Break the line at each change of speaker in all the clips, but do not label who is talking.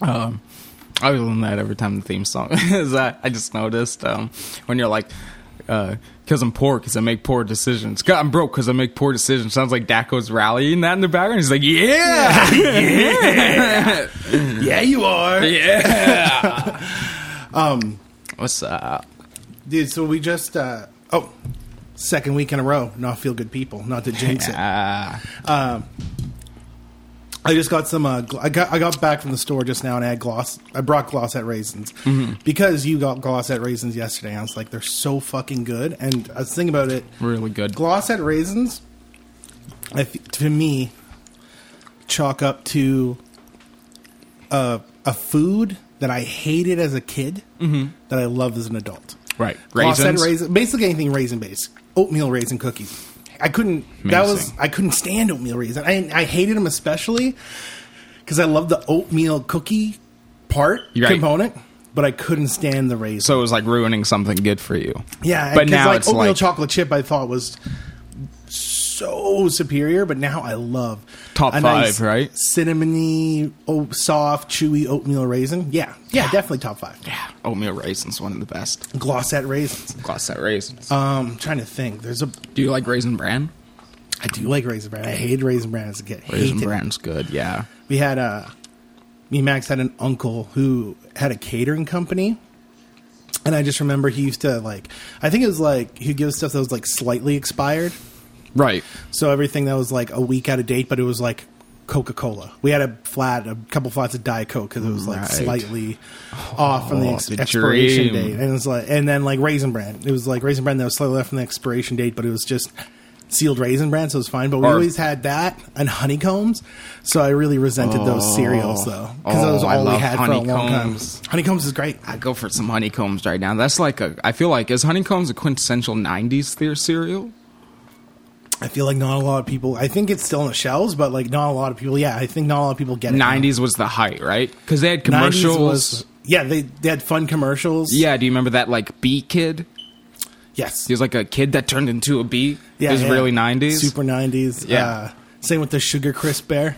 Um, other than that, every time the theme song is, I, I just noticed um, when you're like, because I'm poor, because I make poor decisions. God, I'm broke, because I make poor decisions. Sounds like Daco's rallying that in the background. He's like, yeah, yeah,
Yeah, you are.
yeah.
Um,
What's up?
dude, so we just uh oh, second week in a row, not feel good people, not to jinx it.
Uh,
I just got some. Uh, gl- I got I got back from the store just now and I had gloss. I brought glossette raisins because you got glossette raisins yesterday. I was like, they're so fucking good. And I was thinking about it.
really good.
Glossette raisins, I th- to me, chalk up to a a food that I hated as a kid that I love as an adult.
Right.
Raisins,
Raisins?
raisin, basically anything raisin based, oatmeal raisin cookies. I couldn't. That was
Amazing.
I couldn't stand oatmeal raisin. I I hated them especially because I loved the oatmeal cookie part
Right.
component, but I couldn't stand the raisin.
So it was like ruining something good for you.
Yeah,
But
'cause,
now
like
it's
oatmeal
like-
chocolate chip, I thought was so superior, but now I love
Top
a nice
five, right?
Cinnamony, oh, soft, chewy oatmeal raisin. Yeah, yeah, definitely top five.
Yeah. Oatmeal raisins, one of the best.
Glossette raisins.
Glossette raisins.
Um, I'm trying to think. There's a
Do you like raisin bran?
I do like raisin bran. I hated raisin bran as a kid.
Raisin
Hated it.
bran's good, yeah.
we had a me and Max had an uncle who had a catering company. And I just remember he used to like I think it was like he'd give us stuff that was like slightly expired.
Right.
So everything that was like a week out of date, but it was like Coca Cola. We had a flat, a couple flats of Diet Coke because it was like
Right. Oh,
slightly off from the, ex-
the
expiration
dream.
date, and it was like, and then like Raisin Bran. It was like Raisin Bran that was slightly off from the expiration date, but it was just sealed Raisin Bran, so it was fine. But we
Or-
always had that and honeycombs. So I really resented those cereals though, because that was
Oh, I
all we
love
had for a long time.
honeycombs.
Honeycombs is great.
I go for some honeycombs right now. That's like a I feel like is honeycombs a quintessential nineties theater cereal?
I feel like not a lot of people. I think it's still in the shelves, but like not a lot of people. Yeah, I think not a lot of people get it. now.
Nineties was the height, right? Because they had
90s
commercials.
was- yeah, they, they had fun commercials.
yeah, do you remember that like bee kid?
Yes.
He was like a kid that turned into a bee.
Yeah,
it was
yeah.
really nineties.
Super 90s.
Yeah.
Uh, same with the Sugar Crisp Bear.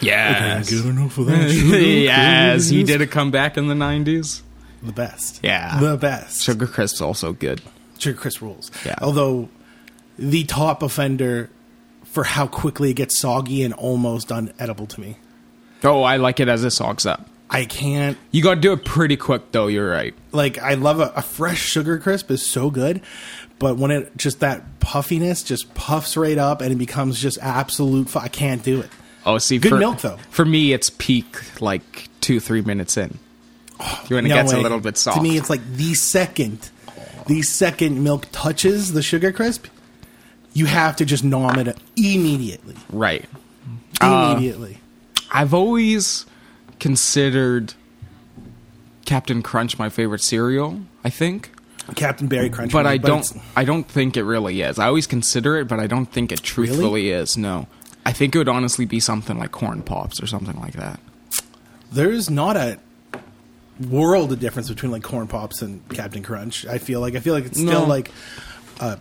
yes.
Good enough for that sugar
yes, he
crisp.
did a comeback in the nineties.
The best.
Yeah.
The best. Sugar,
Sugar Crisp's also good.
Crisp rules.
Yeah.
Although, the top offender for how quickly it gets soggy and almost unedible to me.
Oh, I like it as it socks up.
I can't.
You gotta do it pretty quick though, you're right.
Like, I love a, a fresh Sugar Crisp is so good, but when it just that puffiness just puffs right up and it becomes just absolute. Fu- I can't do it.
Oh, see,
Good
for,
milk, though.
For me, it's peak like two, three minutes in. when it gets a
Oh, way.
little bit soft.
To me, it's like the second, the second milk touches the sugar crisp, you have to just nom it immediately.
right. Uh,
Immediately.
I've always considered Captain Crunch my favorite cereal. I think,
Captain Berry Crunch.
but I don't.
it's-
I don't think it really is. I always consider it, but I don't think it truthfully is. No, I think it would honestly be something like corn pops or something like that.
There's not a world of difference between like corn pops and Captain Crunch. I feel like I feel like it's still
No.
like a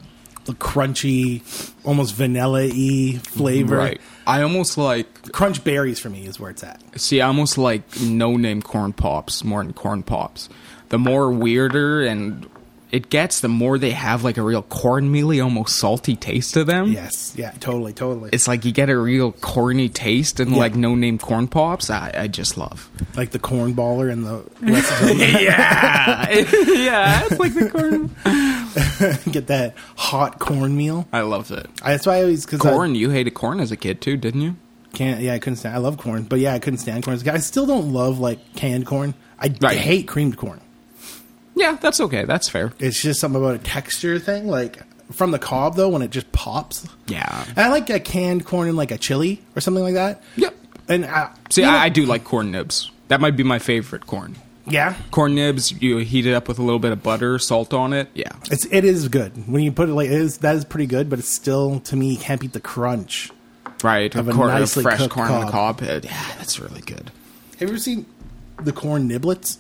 crunchy, almost vanilla y flavor.
I almost like
Crunch berries for me is where it's at.
See, I almost like no name corn pops more than corn pops. The more weirder and it gets, the more they have like a real cornmealy, almost salty taste to them.
Yes. Yeah. Totally. Totally.
It's like you get a real corny taste and
Yeah.
like no name corn pops. I, I just love.
like the corn baller and the West
yeah. yeah. It's like the corn.
get that hot cornmeal.
I loved it.
I- That's why I always because
Corn. You hated corn as a kid too, didn't you?
I can't. Yeah, I couldn't stand. I love corn, but yeah, I couldn't stand corn. as a kid. I still don't love like canned corn. I d-
Right.
hate creamed corn.
Yeah, that's okay. That's fair.
It's just something about a texture thing. Like from the cob though, when it just pops.
Yeah.
And I like a canned corn in like a chili or something like that.
Yep.
And I,
See,
you know-
I, I do like corn nibs. That might be my favorite corn.
yeah,
Corn nibs, you heat it up with a little bit of butter, salt on it. Yeah.
it's it is good when you put it like it is. That is pretty good, but it's still to me you can't beat the crunch.
Right,
Of
of,
a
corn, of
nicely
fresh
cooked
corn on the cob. Uh, Yeah, that's really good.
Have you ever seen the corn niblets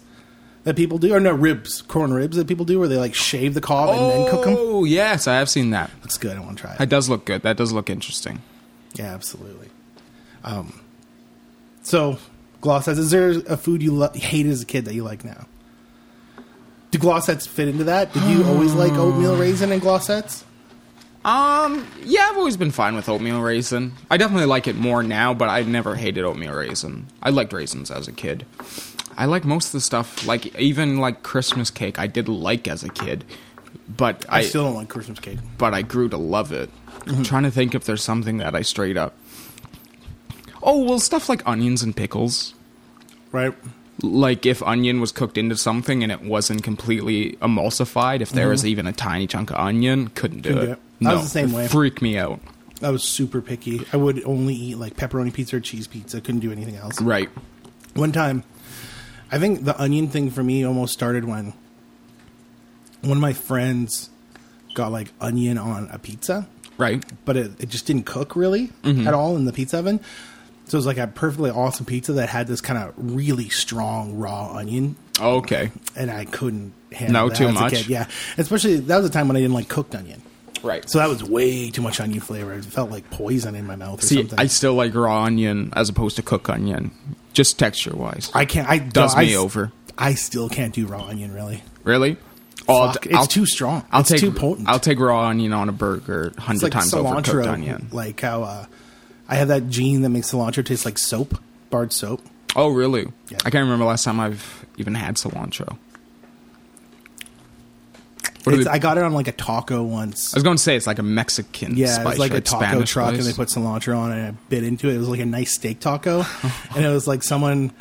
that people do, or no ribs, corn ribs that people do, where they like shave the cob and then cook them?
Oh, yes, I have seen that.
That's good. I want to try it.
That does look good. That does look interesting.
Yeah, absolutely. Um, so Gloss says, "Is there a food you lo- hated as a kid that you like now?" Do glossettes fit into that? Did you always like oatmeal raisin and glossettes?
Um, yeah, I've always been fine with oatmeal raisin. I definitely like it more now, but I never hated oatmeal raisin. I liked raisins as a kid. I like most of the stuff, like even like Christmas cake. I did like as a kid, but I,
I, still Mm-hmm. don't like Christmas cake.
but I grew to love it. I'm trying to think if there's something that I straight up. Oh well, stuff like onions and pickles.
Right?
Like if onion was cooked into something and it wasn't completely emulsified, if there was even a tiny chunk of onion, couldn't do
Mm-hmm.
it.
Couldn't do it. I was the same
it
way.
Freaked me out.
I was super picky. I would only eat like pepperoni pizza or cheese pizza. Couldn't do anything else.
Right.
One time, I think the onion thing for me almost started when one of my friends got like onion on a pizza,
Right.
but it, it just didn't cook really
Mm-hmm.
at all in the pizza oven. So it was like a perfectly awesome pizza that had this kind of really strong raw onion,
Okay.
and I couldn't handle
No,
that
too
as
much?
A kid. Yeah, especially that was a time when I didn't like cooked onion.
Right.
So that was way too much onion flavor. It felt like poison in my mouth or
See,
something.
I still like raw onion as opposed to cooked onion, just texture wise.
I can't. I
Does
no, I
me
s-
over.
I still can't do raw onion. Really,
Really? Oh,
Fuck, it's too strong.
I'll
it's
take,
too potent.
I'll take raw onion on a burger
it's
hundred
like
times over
cilantro.
cooked onion.
Like how uh, I have that gene that makes cilantro taste like soap, barred soap.
Oh, really?
Yeah.
I can't remember last time I've even had cilantro. What do
It's,
they-
I got it on like a taco once.
I was going to say it's like a Mexican
Yeah, it
spice,
was like
right?
a taco
Spanish
truck,
place.
and they put cilantro on it. and I bit into it. It was like a nice steak taco, and it was like someone.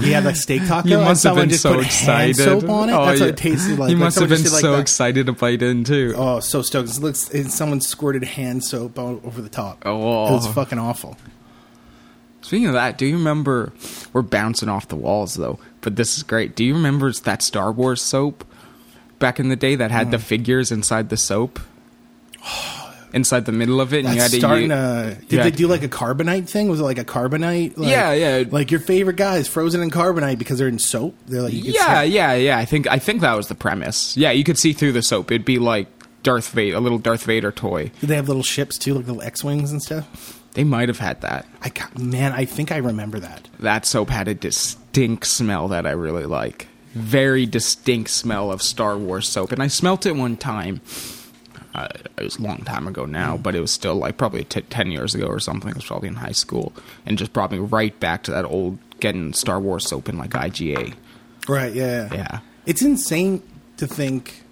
Yeah, the steak taco.
You
and
must have
someone
been
just
so
put hand
excited.
soap on it.
Oh,
That's
yeah.
what it tasted like.
You
Like,
must have
someone
been
just did, like,
so
the-
excited to bite in too.
Oh, so stoked! It looks, and someone squirted hand soap o- over the top.
Oh.
it was fucking awful.
Speaking of that, do you remember? We're bouncing off the walls though, but this is great. Do you remember that Star Wars soap back in the day that had the
Mm.
figures inside the soap, inside the middle of it, and
That's
you had to,
starting
you,
to. Did
you
they
had-
do like a carbonite thing? Was it like a carbonite? Like,
Yeah, yeah.
Like your favorite guys frozen in carbonite because they're in soap. They're like, you could
yeah,
snap-
yeah, yeah. I think I think that was the premise. Yeah, you could see through the soap. It'd be like Darth Vader, a little Darth Vader toy.
Did they have little ships too, like little X wings and stuff?
They might have had that.
I got, man, I think I remember that.
That soap had a distinct smell that I really like. Very distinct smell of Star Wars soap. And I smelt it one time. Uh, it was a long time ago now, but it was still like probably t- 10 years ago or something. It was probably in high school. And just brought me right back to that old getting Star Wars soap in like IGA.
Right. Yeah.
Yeah.
It's insane to think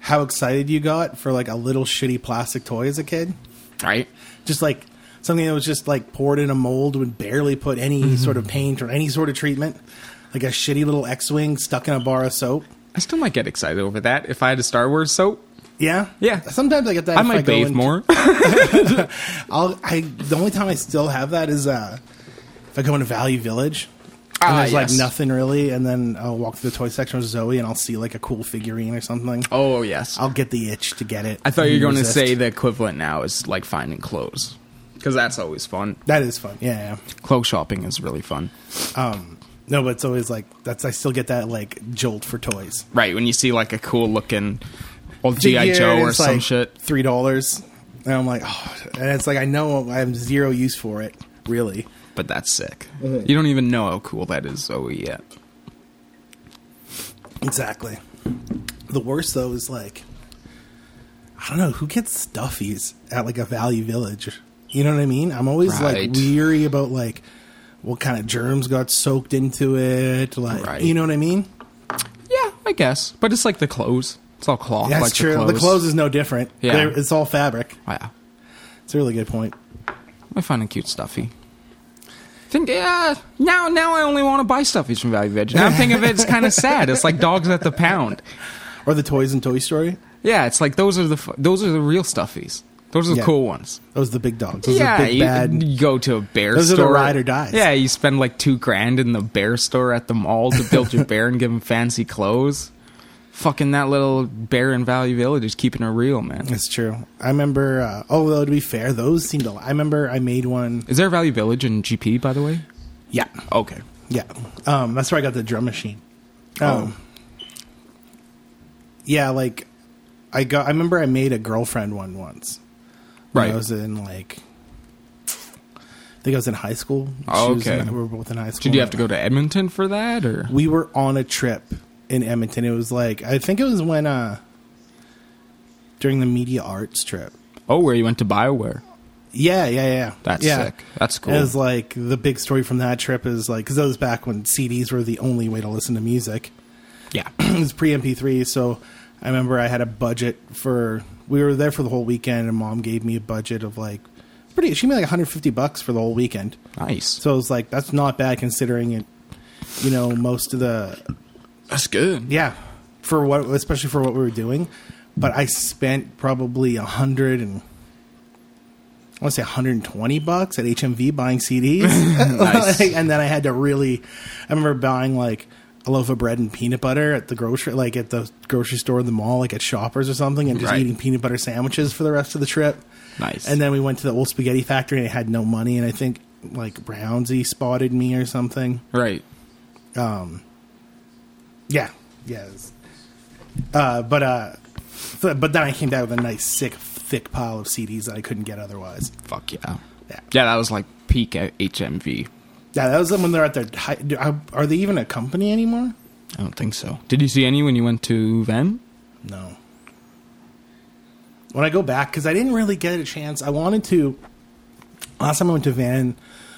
how excited you got for like a little shitty plastic toy as a kid.
Right?
just like something that was just like poured in a mold would barely put any
Mm-hmm.
sort of paint or any sort of treatment like a shitty little x-wing stuck in a bar of soap
I still might get excited over that if I had a Star Wars soap.
yeah
Yeah.
sometimes i get that
I
if
might
go
bathe
in-
more.
i'll i the only time i still have that is uh if i go into valley village and
Ah,
there's
yes.
like nothing really and then i'll walk through the toy section with zoe and i'll see like a cool figurine or something
oh, yes.
i'll get the itch to get it
I thought you were going to
Resist.
say the equivalent now is like finding clothes. Because that's always fun.
that is fun yeah, yeah.
Clothes shopping is really fun.
no but it's always like that's i still get that like jolt for toys
Right, when you see like a cool looking old
figure,
G.I. Joe
and
or
it's
some
like
shit.
Three dollars, and I'm like, oh, and it's like I know I have zero use for it, really.
But that's sick.
Mhm.
You don't even know how cool that is, Zoe, yet.
Exactly. The worst though is like, I don't know who gets stuffies at like a Value Village. You know what I mean? I'm always
Right.
like weary about like what kind of germs got soaked into it. Like,
Right.
you know what I mean?
Yeah, I guess. But it's like the clothes. It's all cloth.
That's
like
true. The clothes. is no different.
Yeah.
They're- it's all fabric.
Yeah.
It's a really good point.
I find it cute stuffy. Think, yeah, now now I only want to buy stuffies from Value Veg. Now I'm thinking of it, it's kind of sad. It's like dogs at the pound.
Or the toys in Toy Story.
Yeah, it's like those are the fu- those are the real stuffies. Those are the
Yeah.
cool ones.
Those are the big dogs. Those
yeah,
are the big
you,
bad.
you go to a bear
Those are the
store.
ride or dies.
Yeah, you spend like two grand in the bear store at the mall to build your bear and give him fancy clothes. Fucking that little bear in Valley Village is keeping it real, man.
It's true. I remember. Uh, although to be fair, those seemed to. I remember I made one.
Is there a Valley Village in GP, by the way?
Yeah,
Okay.
yeah. Um, that's where I got the drum machine.
Oh.
Um, yeah, like I got. I remember I made a girlfriend one once. when
Right.
I was in like. I think I was in high school.
Oh,
She was in-
okay.
we were both in high school.
Did you have to go to Edmonton for that, or
We were on a trip in Edmonton. It was like I think it was when uh during the media arts trip.
oh, where you went to Bioware?
Yeah, yeah, yeah.
That's
yeah.
sick. That's cool.
It was like the big story from that trip is like because that was back when CDs were the only way to listen to music.
yeah,
it was pre MP3, so I remember I had a budget for. We were there for the whole weekend, and mom gave me a budget of like pretty. She made like 150 bucks for the whole weekend,
nice.
so I was like, that's not bad considering it. You know, most of the
That's good.
yeah for what, especially for what we were doing. But I spent probably a hundred and I want to say 120 bucks at HMV buying CDs,
Nice.
Like, and then I had to really. I remember buying like a loaf of bread and peanut butter at the grocery, like at the grocery store in the mall, like at Shoppers or something, and just
Right.
eating peanut butter sandwiches for the rest of the trip.
Nice.
And then we went to the old spaghetti factory, and I had no money, and I think like Brownsy spotted me or something.
Right.
Yeah, yes. Uh, but uh, th- but then I came down with a nice, sick, thick pile of CDs that I couldn't get otherwise.
Fuck yeah.
Yeah.
Yeah, that was like peak uh, HMV.
Yeah, that was when they're at their. High, do- are- are they even a company anymore?
I don't think so. Did you see any when you went to Ven?
No. When I go back, because I didn't really get a chance, I wanted to. Last time I went to Van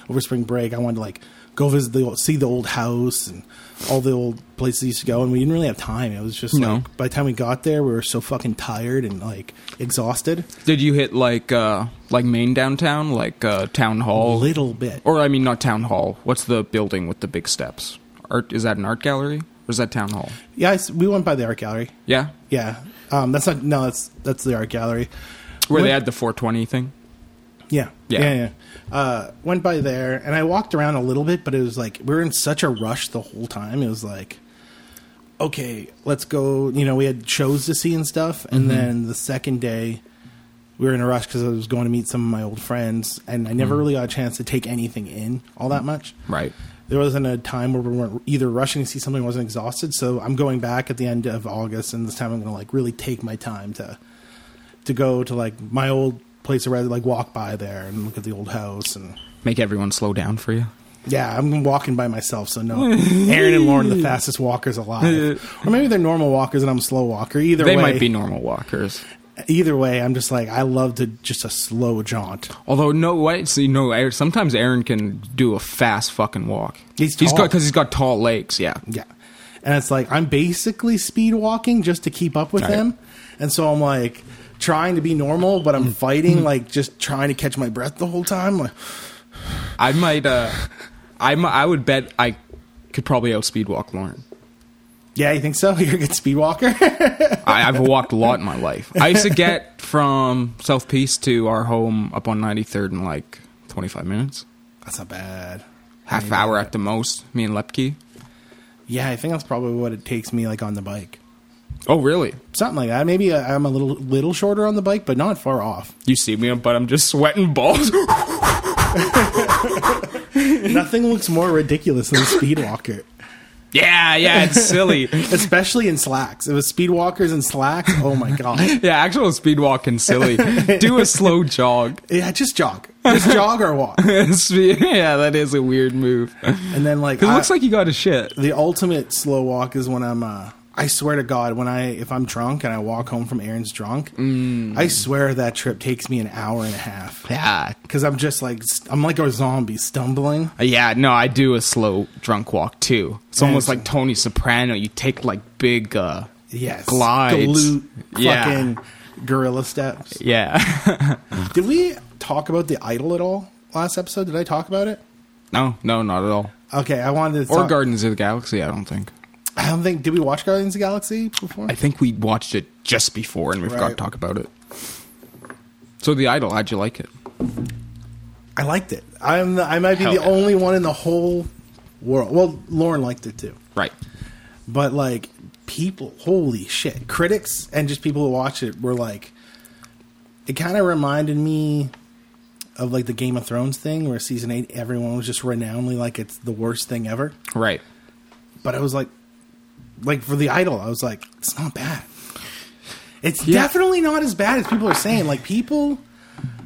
over spring break, I wanted to like go visit the old, see the old house and all the old places we used to go, and we didn't really have time. It was just
No.
like by the time we got there, we were so fucking tired and like exhausted.
Did you hit like uh like main downtown, like uh town hall?
little bit.
Or I mean not town hall. What's the building with the big steps? Art is that an art gallery? Or is that town hall?
Yeah, I s we went by the art gallery.
Yeah?
Yeah, um, that's not no, that's that's the art gallery.
Where they
Went-
had the four twenty thing?
Yeah,
Yeah.
yeah. yeah. Uh, went by there, and I walked around a little bit, but it was like we were in such a rush the whole time. It was like, okay, let's go. You know, we had shows to see and stuff, and then the second day. We were in a rush because I was going to meet some of my old friends, and I never really got a chance to take anything in all that much.
Right.
there wasn't a time where we weren't either rushing to see something or wasn't exhausted. So I'm going back at the end of August, and this time I'm going to like really take my time to to go to like my old place or rather like walk by there and look at the old house and
Make everyone slow down for you.
yeah i'm walking by myself so no aaron and lauren are the fastest walkers alive or maybe they're normal walkers and i'm a slow walker either
They
way
might be normal walkers.
either way i'm just like i love to just a slow jaunt
Although no way, see no. Aaron- Sometimes Aaron can do a fast fucking walk.
He's
he's
tall.
got because he's got tall legs. Yeah,
Yeah. And it's like I'm basically speed walking just to keep up with
Right.
him. And so I'm like trying to be normal, but I'm fighting, like just trying to catch my breath the whole time. Like,
I might. uh I mi- I would bet I could probably outspeed walk Lauren.
yeah, you think so? You're a good speed walker?
I, I've walked a lot in my life. I used to get from South Peace to our home up on 93rd in like 25 minutes,
that's not bad.
half hour at the most. Me and Lepke.
Yeah, I think that's probably what it takes me like on the bike.
Oh really?
Something like that. Maybe I- I'm a little little shorter on the bike, but not far off.
You see me, but I'm just sweating balls.
Nothing looks more ridiculous than a speed walker.
yeah, yeah, it's silly.
Especially in slacks. It was speed walkers and slacks. Oh my god.
Yeah, actual speed walking silly. Do a slow jog.
Yeah, just jog. Just jog or walk.
yeah, that is a weird move.
And then like
It
I-
looks like you got a shit.
the ultimate slow walk is when I'm uh I swear to God, when I if I'm drunk and I walk home from Aaron's drunk,
Mm.
I swear that trip takes me an hour and a half
Yeah.
because I'm just like st- I'm like a zombie stumbling.
Yeah, no, I do a slow drunk walk too. It's
Yeah,
almost
it's-
like Tony Soprano. You take like big uh
Yes,
Glides.
glute,
Yeah.
fucking gorilla steps.
yeah.
Did we talk about the idol at all last episode? Did I talk about it?
no, no, not at all.
Okay, I wanted to
Or
talk-
Gardens of the Galaxy, I don't think.
I don't think did we watch Guardians of the Galaxy before?
I think we watched it just before and we've got to
Right.
talk about it. So the idol, how'd you like it?
I liked it. I'm the, I might be
Hell
the
yeah.
only one in the whole world. Well, Lauren liked it too.
Right.
but like people holy shit critics and just people who watch it were like it kind of reminded me of like the game of thrones thing where season 8 everyone was just renownedly like it's the worst thing ever
Right.
but i was like like for the idol i was like it's not bad it's
Yeah.
definitely not as bad as people are saying like people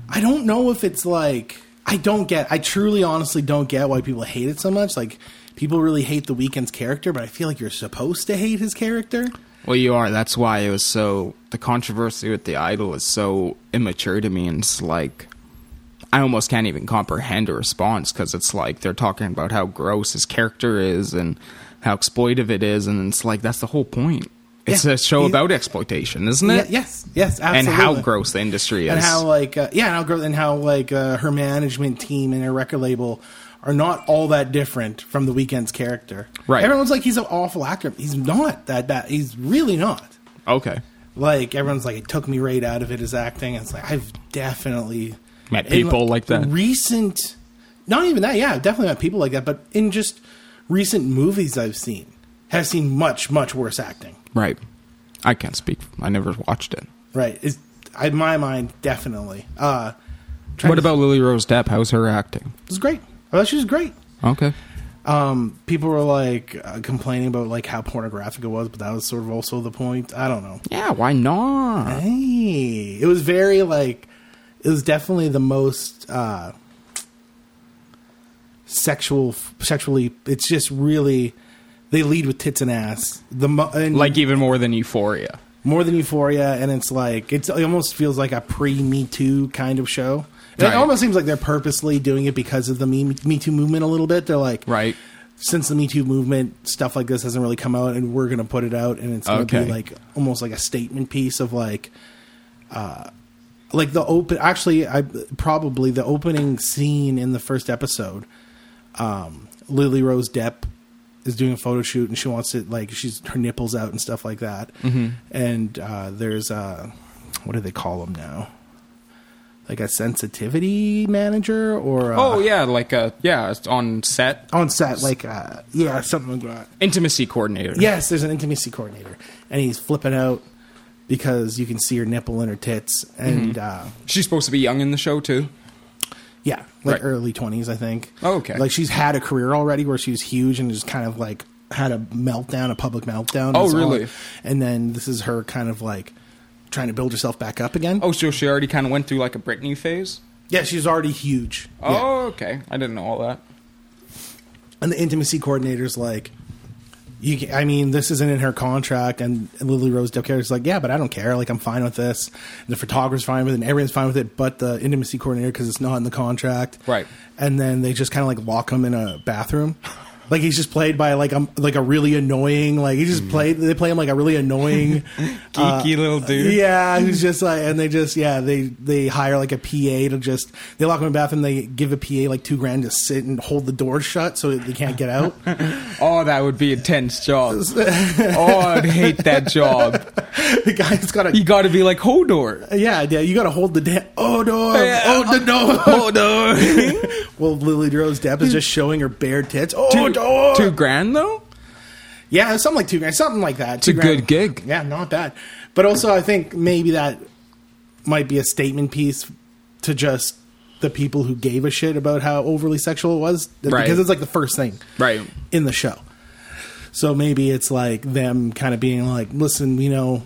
i don't know if it's like I don't get. I truly, honestly don't get why people hate it so much. Like people really hate the weekend's character, but I feel like you're supposed to hate his character.
Well, you are. That's why it was so. The controversy with the idol is so immature to me, and it's like I almost can't even comprehend a response because it's like they're talking about how gross his character is and how exploitive it is, and it's like that's the whole point. It's
Yeah.
a show
He-
about exploitation, isn't it?
Ye- yes, yes,
And
absolutely.
how gross the industry is.
and how like uh, yeah, and how gross, and how like uh, her management team and her record label are not all that different from the weekend's character.
Right.
Everyone's like he's an awful actor. He's not that bad. He's really not.
okay.
Like everyone's like it took me right out of it as acting. It's like I've definitely
Met
in,
people like that.
Recent, not even that. Yeah, I've definitely met people like that. But in just recent movies I've seen, have seen much much worse acting.
Right. I can't speak. I never watched it.
Right. Is in my mind definitely. Uh, trying
What
to-
about Lily Rose Depp? How's her acting?
It was great. I thought she was great.
Okay.
Um, people were like uh, complaining about like how pornographic it was, but that was sort of also the point. I don't know.
Yeah, why not?
Hey, it was very like it was definitely the most uh, sexual, sexually. It's just really they lead with tits and ass. The mo- and
Like even more than Euphoria.
more than Euphoria, and it's like it's, it almost feels like a pre Me Too kind of show. And
Right.
It almost seems like they're purposely doing it because of the Me, Me Too movement a little bit. They're like,
Right.
since the Me Too movement, stuff like this hasn't really come out, and we're going to put it out, and it's going to
Okay.
be like almost like a statement piece of like, uh, like the open. Actually, I probably the opening scene in the first episode. Um, Lily Rose Depp is doing a photo shoot, and she wants it like she's her nipples out and stuff like that.
Mm-hmm.
And uh, there's uh, what do they call them now? Like a sensitivity manager or uh,
Oh yeah, like uh yeah, it's on set
on set, like uh, yeah, something like that.
intimacy coordinator.
Yes, there's an intimacy coordinator, and he's flipping out because you can see her nipple and her tits, and uh,
She's supposed to be young in the show too.
yeah, like
Right.
early twenties, I think.
Oh, okay.
like she's had a career already where she was huge and just kind of like had a meltdown, a public meltdown.
Oh,
It's all-
really?
and then this is her kind of like trying to build herself back up again.
Oh, so she already kind of went through like a Britney phase.
yeah, she's already huge. Yeah.
Oh, okay. I didn't know all that.
and the intimacy coordinator's like you can, I mean, this isn't in her contract, and Lily Rose Depp character's like, yeah, but I don't care. Like, I'm fine with this. And the photographer's fine with it, and everyone's fine with it, but the intimacy coordinator because it's not in the contract,
Right.
And then they just kind of like lock him in a bathroom, like he's just played by like um like a really annoying like he just played they play him like a really annoying
Geeky little dude.
Uh, yeah, who's just like, and they just, yeah, they they hire like a PA to just, they lock him in the bathroom. They give a PA like two grand to sit and hold the door shut so they can't get out.
Oh, that would be a tense job. oh, I'd hate that job.
the guy's got
You
to,
got to be like Hodor.
yeah, yeah, you got to hold the da- oh door,
Yeah.
oh the door.
Hodor.
well, Lily Rose Depp is just showing her bare tits. Oh
two,
door,
two grand though.
yeah, it's something like two grand, something like that. It's
a good gig.
yeah, not bad. But also, I think maybe that might be a statement piece to just the people who gave a shit about how overly sexual it was,
Right.
because it's like the first thing,
Right.
in the show. So maybe it's like them kind of being like, listen, we know,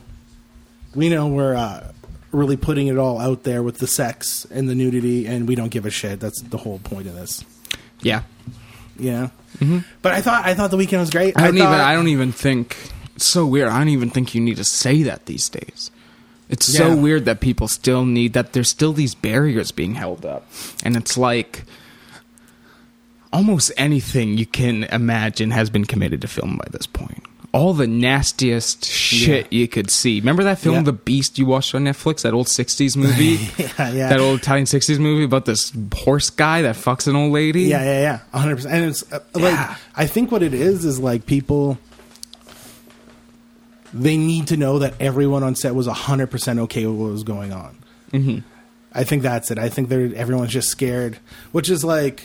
we know we're uh, really putting it all out there with the sex and the nudity, and we don't give a shit. That's the whole point of this,
Yeah.
you know. But I thought I thought the weekend was great.
Mm-hmm. I don't even.
thought-
I don't even think it's so weird. I don't even think you need to say that these days. It's so
Yeah.
weird that people still need that. There's still these barriers being held up, and it's like almost anything you can imagine has been committed to film by this point. All the nastiest shit you could see. Remember that film,
Yeah.
The Beast, you watched on Netflix? That old '60s movie,
Yeah, yeah.
that old Italian '60s movie about this horse guy that fucks an old lady.
Yeah, yeah, yeah, one hundred percent. And it's uh,
Yeah.
like I think what it is is like people they need to know that everyone on set was hundred percent okay with what was going on. Mm-hmm. I think that's it. I think they're everyone's just scared, which is like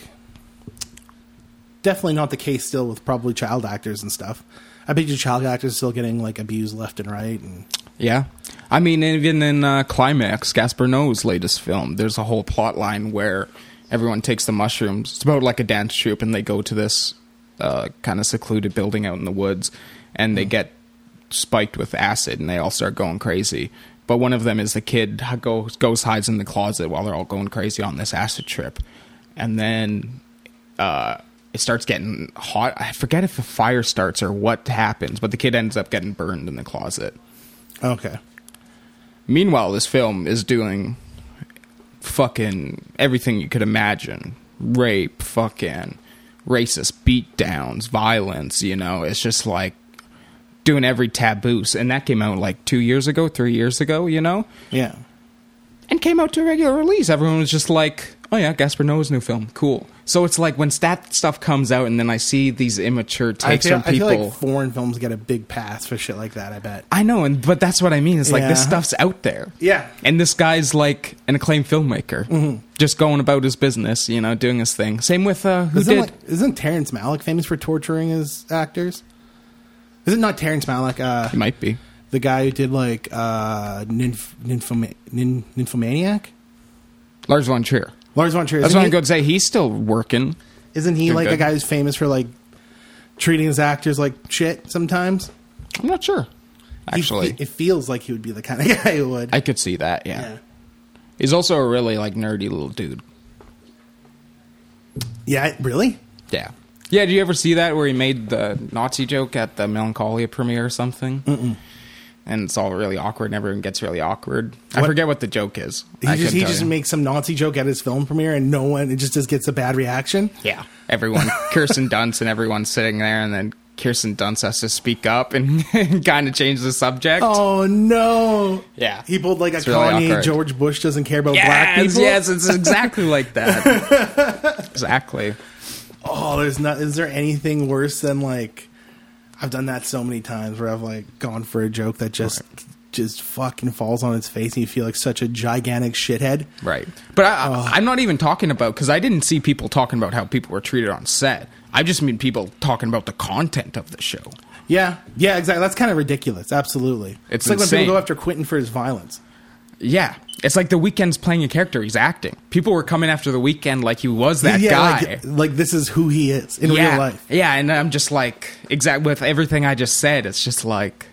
definitely not the case still with probably child actors and stuff. I bet you child actors are still getting like abused left and right, and
Yeah. I mean, even in uh, Climax, Gaspar Noe's latest film, there's a whole plot line where everyone takes the mushrooms. It's about like a dance troupe, and they go to this uh, kind of secluded building out in the woods, and they get spiked with acid, and they all start going crazy. But one of them is the kid h- goes, goes hides in the closet while they're all going crazy on this acid trip. and then uh, it starts getting hot. I forget if a fire starts or what happens, but the kid ends up getting burned in the closet.
Okay.
Meanwhile, this film is doing fucking everything you could imagine rape, fucking racist beatdowns, violence, you know. It's just like doing every taboo. And that came out like two years ago, three years ago, you know?
Yeah.
and came out to a regular release. Everyone was just like, "Oh yeah, Gaspar Noé's new film, cool." So it's like when that stuff comes out, and then I see these immature
I
takes
feel,
from
I feel
people. I,
like foreign films get a big pass for shit like that. I bet.
know, and but that's what I mean. It's like this
Yeah.
stuff's out there.
Yeah. Mm-hmm.
and this guy's like an acclaimed filmmaker, just going about his business, you know, doing his thing. Same with uh, who
Isn't,
did?
like, isn't Terrence Malick famous for torturing his actors? Is it not Terrence Malick? Uh,
It might be.
the guy who did like uh, nymph, nymphoma- nin, nymphomaniac.
Lars von Trier.
Lars von Trier.
That's
isn't
what
he-
I'm going to say. He's still working.
Isn't he
You're
like
good.
a guy who's famous for like treating his actors like shit sometimes?
I'm not sure.
He-
Actually,
he- it feels like he would be the kind of guy who would.
I could see that. yeah,
yeah.
he's also a really like nerdy little dude.
Yeah, really?
Yeah. Yeah, did you ever see that where he made the Nazi joke at the Melancholia premiere or something? Mm-mm. And it's all really awkward and everyone gets really awkward. I
What-
forget what the joke is.
He
I
just
couldn't
he
tell
just
you.
makes some Nazi joke at his film premiere and no one it just, just gets a bad reaction.
Yeah. Everyone, Kirsten Dunst and everyone's sitting there and then Kirsten Dunst has to speak up and, kind of change the subject.
Oh no.
Yeah.
He pulled like
It's
a
really
Kanye
awkward.
George Bush doesn't care about
yes,
black people.
yes, it's exactly like that. exactly.
Oh, there's not is there anything worse than like I've done that so many times where I've like gone for a joke that just just fucking falls on its face and you feel like such a gigantic shithead.
Right. But I, I, I'm not even talking about because I didn't see people talking about how people were treated on set. I just mean people talking about the content of the show.
Yeah, yeah, exactly. That's kind of ridiculous. Absolutely,
It's
like when
insane.
people go after Quentin for his violence.
Yeah. It's like the weekend's playing a character. He's acting. People were coming after the weekend like he was that
yeah,
guy.
like, like this is who he is in
yeah.
real life.
Yeah, and I'm just like exact with everything I just said, it's just like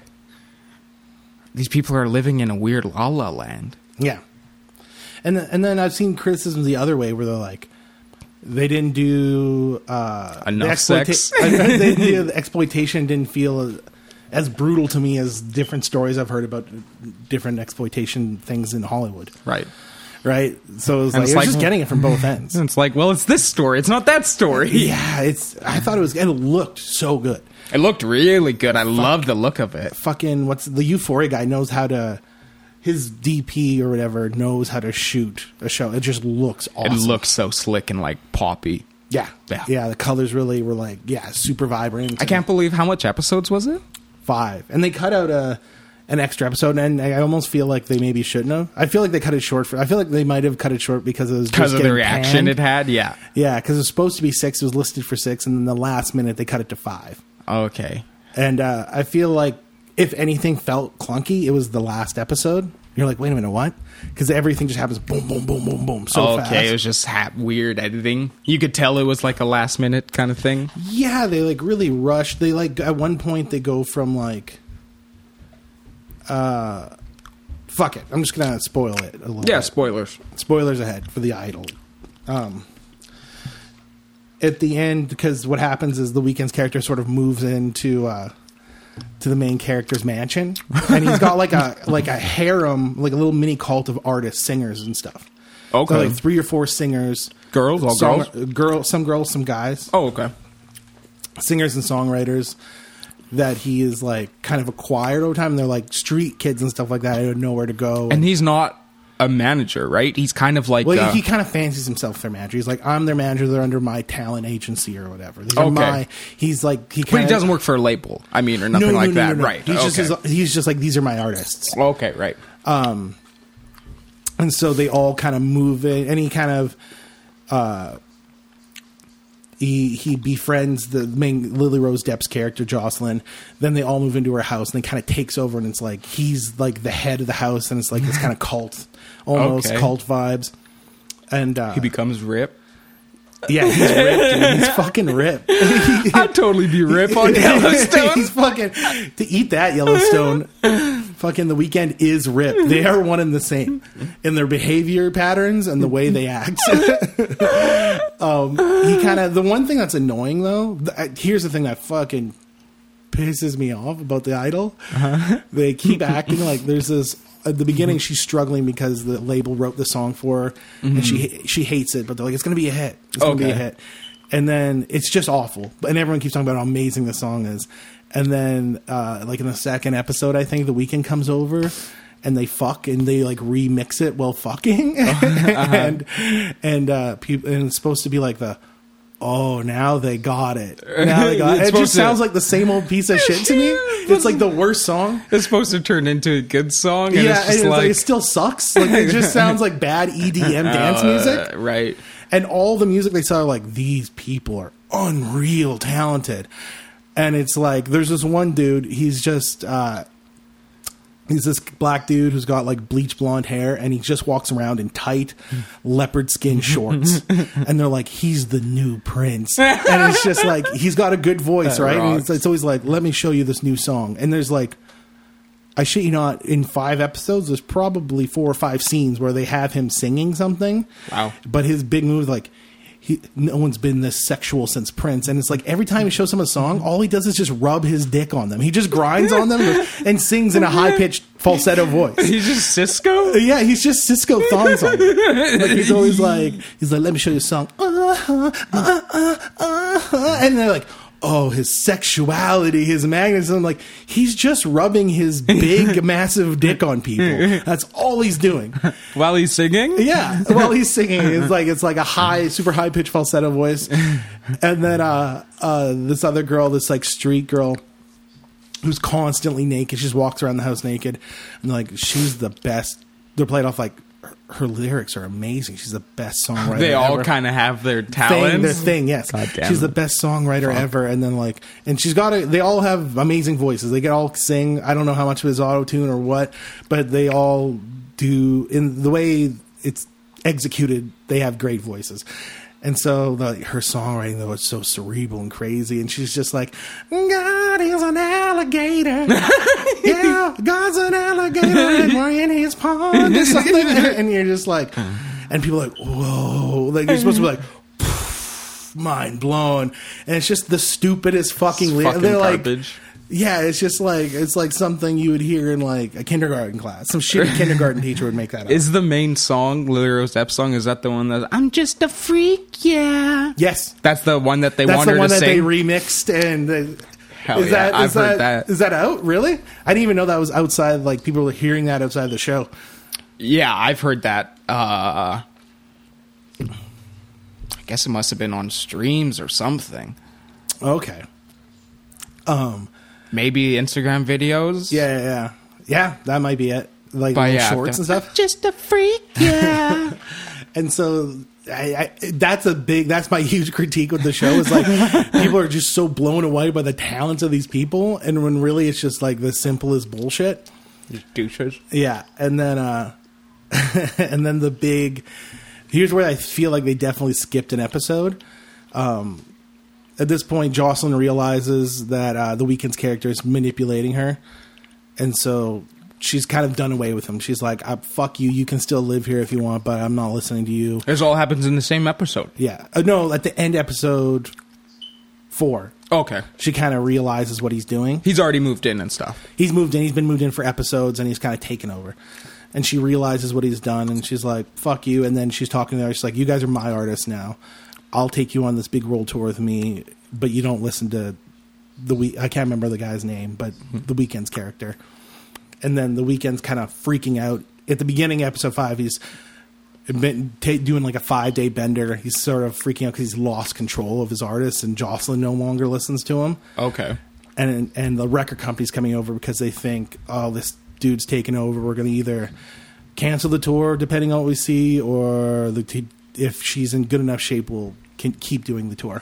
these people are living in a weird la la land.
Yeah, and th- and then I've seen criticisms the other way where they're like, they didn't do uh,
Enough
the exploita-
sex.
they didn't do- the exploitation didn't feel as, as brutal to me as different stories I've heard about different exploitation things in Hollywood.
Right.
Right, so it's like,
it's
it's
like-
just getting it from both ends.
And it's like, well, it's this story, it's not that story.
yeah, it's. I thought it was. It looked so good.
It looked really good. I love the look of it.
fucking what's the euphoria guy knows how to his DP or whatever knows how to shoot a show. It just looks awesome.
It looks so slick and like poppy.
yeah,
Yeah.
yeah, The colors really were like yeah, super vibrant.
I can't believe how much episodes was it?
five, and they cut out a an extra episode, and I almost feel like they maybe shouldn't have. I feel like they cut it short. For I feel like they might have cut it short because it was
Because
just
of the
getting
reaction
panned.
it had, yeah.
yeah, because it was supposed to be six, it was listed for six, and then the last minute they cut it to five.
Okay.
And uh, I feel like if anything felt clunky, it was the last episode. You're like, wait a minute, what? Because everything just happens boom, boom, boom, boom, boom, so
okay,
fast.
it was just ha- weird editing. You could tell it was like a last minute kind of thing.
yeah, they like really rush. They like at one point they go from like, uh, fuck it. I'm just gonna spoil it a little. bit.
spoilers.
spoilers ahead for the idol. Um, at the end, because what happens is the weekend's character sort of moves into uh, to the main character's mansion, and he's got like a like a harem, like a little mini cult of artists, singers, and stuff.
Okay.
so like three or four singers,
Girls? All
song-
girls?
girl, some girls, some guys,
Oh, okay.
singers and songwriters. That he is like kind of acquired over time. They're like street kids and stuff like that. I don't know where to go.
And he's not a manager, right? He's kind of like.
Well,
uh,
he, kind of fancies himself their manager. He's like, I'm their manager. They're under my talent agency or whatever. These are
Okay.
my. He's like, he
but
kind
he doesn't work for a label, I mean, or nothing like that, right?
He's
okay.
just his, uh, he's just like these are my artists,
okay, right.
and so they all kind of move in. And he kind of, uh, he he befriends the main Lily Rose Depp's character Jocelyn. Then they all move into her house, and he kind of takes over. And it's like he's like the head of the house, and it's like this kind of cult, almost
Okay.
cult vibes. And uh,
He becomes Rip.
Yeah, he's ripped. Dude. He's fucking ripped.
I'd totally be ripped on
He's
Yellowstone.
fucking to eat that Yellowstone. fucking the weekend is ripped. They are one and the same in their behavior patterns and the way they act. um, he kind of the one thing that's annoying though. th- I- here's the thing that fucking pisses me off about the idol.
Uh-huh.
They keep acting like there's this. At the beginning, she's struggling because the label wrote the song for her, and she she hates it. But they're like, "It's gonna be a hit. It's gonna be a
Mm-hmm. Okay.
hit." And then it's just awful. And everyone keeps talking about how amazing the song is. And then, uh, like in the second episode, I think the weekend comes over, and they fuck and they like remix it while fucking,
Uh-huh.
and and uh, people and it's supposed to be like the. Oh, now they got it. Now they got
It's
it. It
supposed
just
to-
sounds like the same old piece of shit to me. It's like the worst song
It's supposed to turn into a good song, and
yeah,
it's just
and it's like,
like,
it still sucks. Like it just sounds like bad EDM dance
uh,
music.
right?
And all the music they saw are like these people are unreal talented. And it's like there's this one dude, he's just uh He's this black dude who's got like bleach blonde hair and he just walks around in tight leopard skin shorts. and they're like, he's the new prince. And it's just like, he's got a good voice,
That
right? And
rocks.
it's, it's always like, let me show you this new song. And there's like I shit you not, in five episodes, there's probably four or five scenes where they have him singing something.
Wow.
But his big move, is like, he, no one's been this sexual since Prince. And it's like every time he shows someone a song, all he does is just rub his dick on them. He just grinds on them and sings in a high pitched falsetto voice.
He's just Cisco.
Yeah, he's just Cisco Thong song. Like he's always like, he's like, let me show you a song, uh-huh, uh, uh, uh, and they're like, oh, his sexuality, his magnetism, like he's just rubbing his big, massive dick on people. That's all he's doing.
While he's singing,
Yeah, while he's singing, it's like it's like a high, super high pitched falsetto voice, and then uh, uh, this other girl, this like street girl, who's constantly naked. She just walks around the house naked, and like she's the best. They're playing off like her, her lyrics are amazing. She's the best songwriter.
they all
ever.
kind of have their
Thing, their
talents.
thing, yes.
God damn
She's
it.
the best songwriter ever, and then like, and she's got a. They all have amazing voices. They can all sing. I don't know how much of it is auto tune or what, but they all do in the way it's executed. They have great voices, and so like her songwriting though is so cerebral and crazy, and she's just like, God is an alligator. yeah, God's an alligator, and we're in his pond or something. And you're just like, and people are like, whoa, like you're supposed to be like mind blown. And it's just the stupidest fucking,
It's
li-
fucking
they're like,
garbage.
yeah, it's just like it's like something you would hear in like a kindergarten class. Some shitty kindergarten teacher would make that up.
Is the main song Lil Step song? Is that the one that I'm just a freak? Yeah,
yes,
that's the one that they
that's
want
the
her
one
to
that they
sing.
remixed and. uh,
Hell
is
yeah,
that,
I've
is
heard
that
that.
is that out? Really? I didn't even know that was outside. Like people were hearing that outside the show.
yeah, I've heard that. Uh, I guess it must have been on streams or something.
Okay. Um.
Maybe Instagram videos.
Yeah. Yeah. Yeah. Yeah, That might be it. Like
But
little
yeah,
shorts and stuff.
Just a freak. Yeah.
and so I, I, that's a big that's my huge critique with the show is like people are just so blown away by the talents of these people and when really it's just like the simplest bullshit
Just douches.
yeah and then uh and then the big here's where i feel like they definitely skipped an episode um at this point jocelyn realizes that uh the weekend's character is manipulating her and so she's kind of done away with him she's like uh, fuck you you can still live here if you want but i'm not listening to you
This all happens in the same episode.
yeah. Uh, no, at the end episode four,
Okay.
she kind of realizes what he's doing.
He's already moved in and stuff.
He's moved in. He's been moved in for episodes, and he's kind of taken over. And she realizes what he's done, and she's like, "Fuck you!" And then she's talking to her. She's like, "You guys are my artists now. I'll take you on this big world tour with me, but you don't listen to the week. I can't remember the guy's name, but the weekend's character." And then the weekend's kind of freaking out at the beginning, of episode five. He's been ta doing like a five day bender. He's sort of freaking out because he's lost control of his artists, and Jocelyn no longer listens to him
Okay.
and and the record company's coming over because they think oh this dude's taking over we're going to either cancel the tour depending on what we see or the t- if she's in good enough shape we'll can keep doing the tour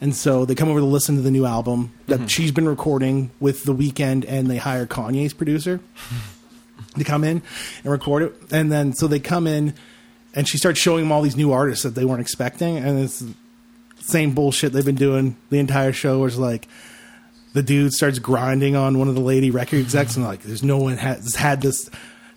and so they come over to listen to the new album that she's been recording with the weekend and they hire kanye's producer to come in and record it. And then so they come in and she starts showing them all these new artists that they weren't expecting. And it's same bullshit they've been doing the entire show. Where it's like the dude starts grinding on one of the lady record execs, and like, there's no one has had this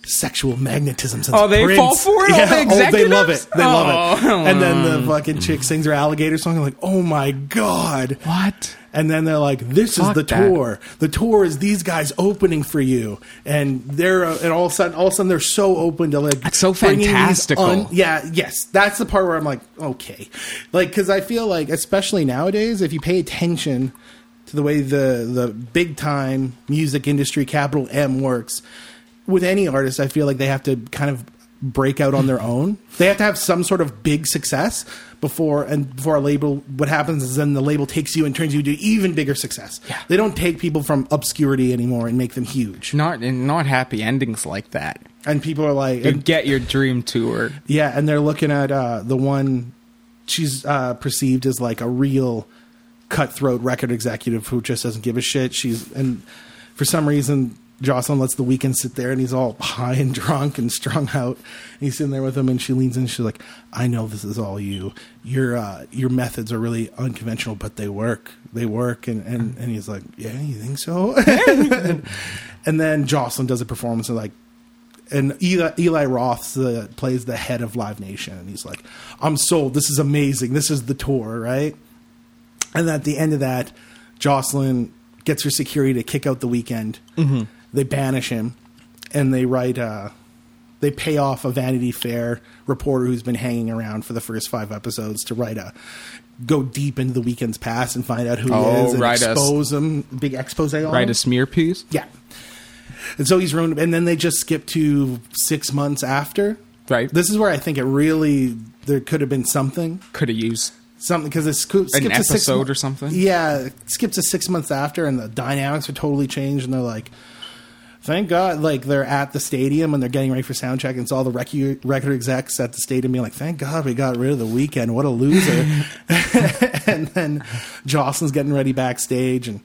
sexual magnetism since.
Oh, they
Prince. oh,
fall for it? All the
they love
executives?
it. They love it.
Oh.
And then the fucking chick sings her alligator song. and like, oh my god.
What?
And then they're like, "This
Fuck
is the
that.
tour. The tour is these guys opening for you." And they're uh, and all of a sudden, all of a sudden, they're so open to like
That's so
bringing these
fantastical.
yeah, yes, that's the part where I'm like, okay, like because I feel like, especially nowadays, if you pay attention to the way the the big time music industry, capital M, works with any artist, I feel like they have to kind of break out on their own. They have to have some sort of big success before and before a label what happens is then the label takes you and turns you to even bigger success.
Yeah.
They don't take people from obscurity anymore and make them huge.
Not and not happy endings like that.
And people are like
You
and-
get your dream tour.
yeah, and they're looking at uh, the one she's uh, perceived as like a real cutthroat record executive who just doesn't give a shit. She's and for some reason Jocelyn lets the weekend sit there and he's all high and drunk and strung out. And he's sitting there with him and she leans in and she's like, I know this is all you. Your uh, your methods are really unconventional, but they work. They work and, and, and he's like, Yeah, you think so? and, and then Jocelyn does a performance and like and Eli, Eli Roth uh, plays the head of Live Nation, and he's like, "I'm sold. This is amazing. This is the tour, right?" And at the end of that, Jocelyn gets her security to kick out the weekend. Mm-hmm. They banish him, and they write, uh, they pay off a Vanity Fair reporter who's been hanging around for the first five episodes to write a go deep into the weekend's past and find out who
Oh,
he is and
write a-
expose him. Big expose on
Write
him.
a smear piece.
Yeah. And so he's ruined. And then they just skip to six months after.
Right.
This is where I think it really there could have been something,
Could have used
something because it sco- skips to six
episode
mon-
or something?
Yeah, it skips to six months after, and the dynamics are totally changed, and they're like. Thank God, like they're at the stadium and they're getting ready for sound check, and it's all the record, record execs at the stadium being like, "Thank God we got rid of the weekend. What a loser!" and then Jocelyn's getting ready backstage, and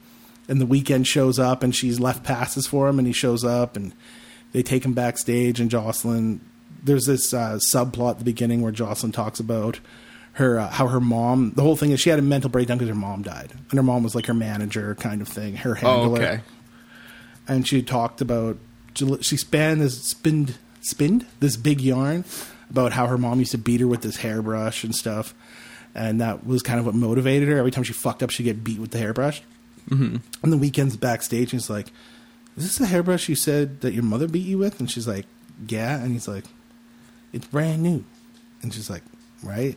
and the weekend shows up, and she's left passes for him, and he shows up, and they take him backstage, and Jocelyn. There's this uh, subplot at the beginning where Jocelyn talks about her uh, how her mom. The whole thing is she had a mental breakdown because her mom died, and her mom was like her manager kind of thing, her
Oh,
handler
okay.
and she talked about she span this spinned spinned this big yarn about how her mom used to beat her with this hairbrush and stuff, and that was kind of what motivated her. Every time she fucked up, she'd get beat with the hairbrush. Mm-hmm. And the weekend's backstage, and he's like, "Is this the hairbrush you said that your mother beat you with?" And she's like, "Yeah," and he's like, "It's brand new," and she's like, "Right."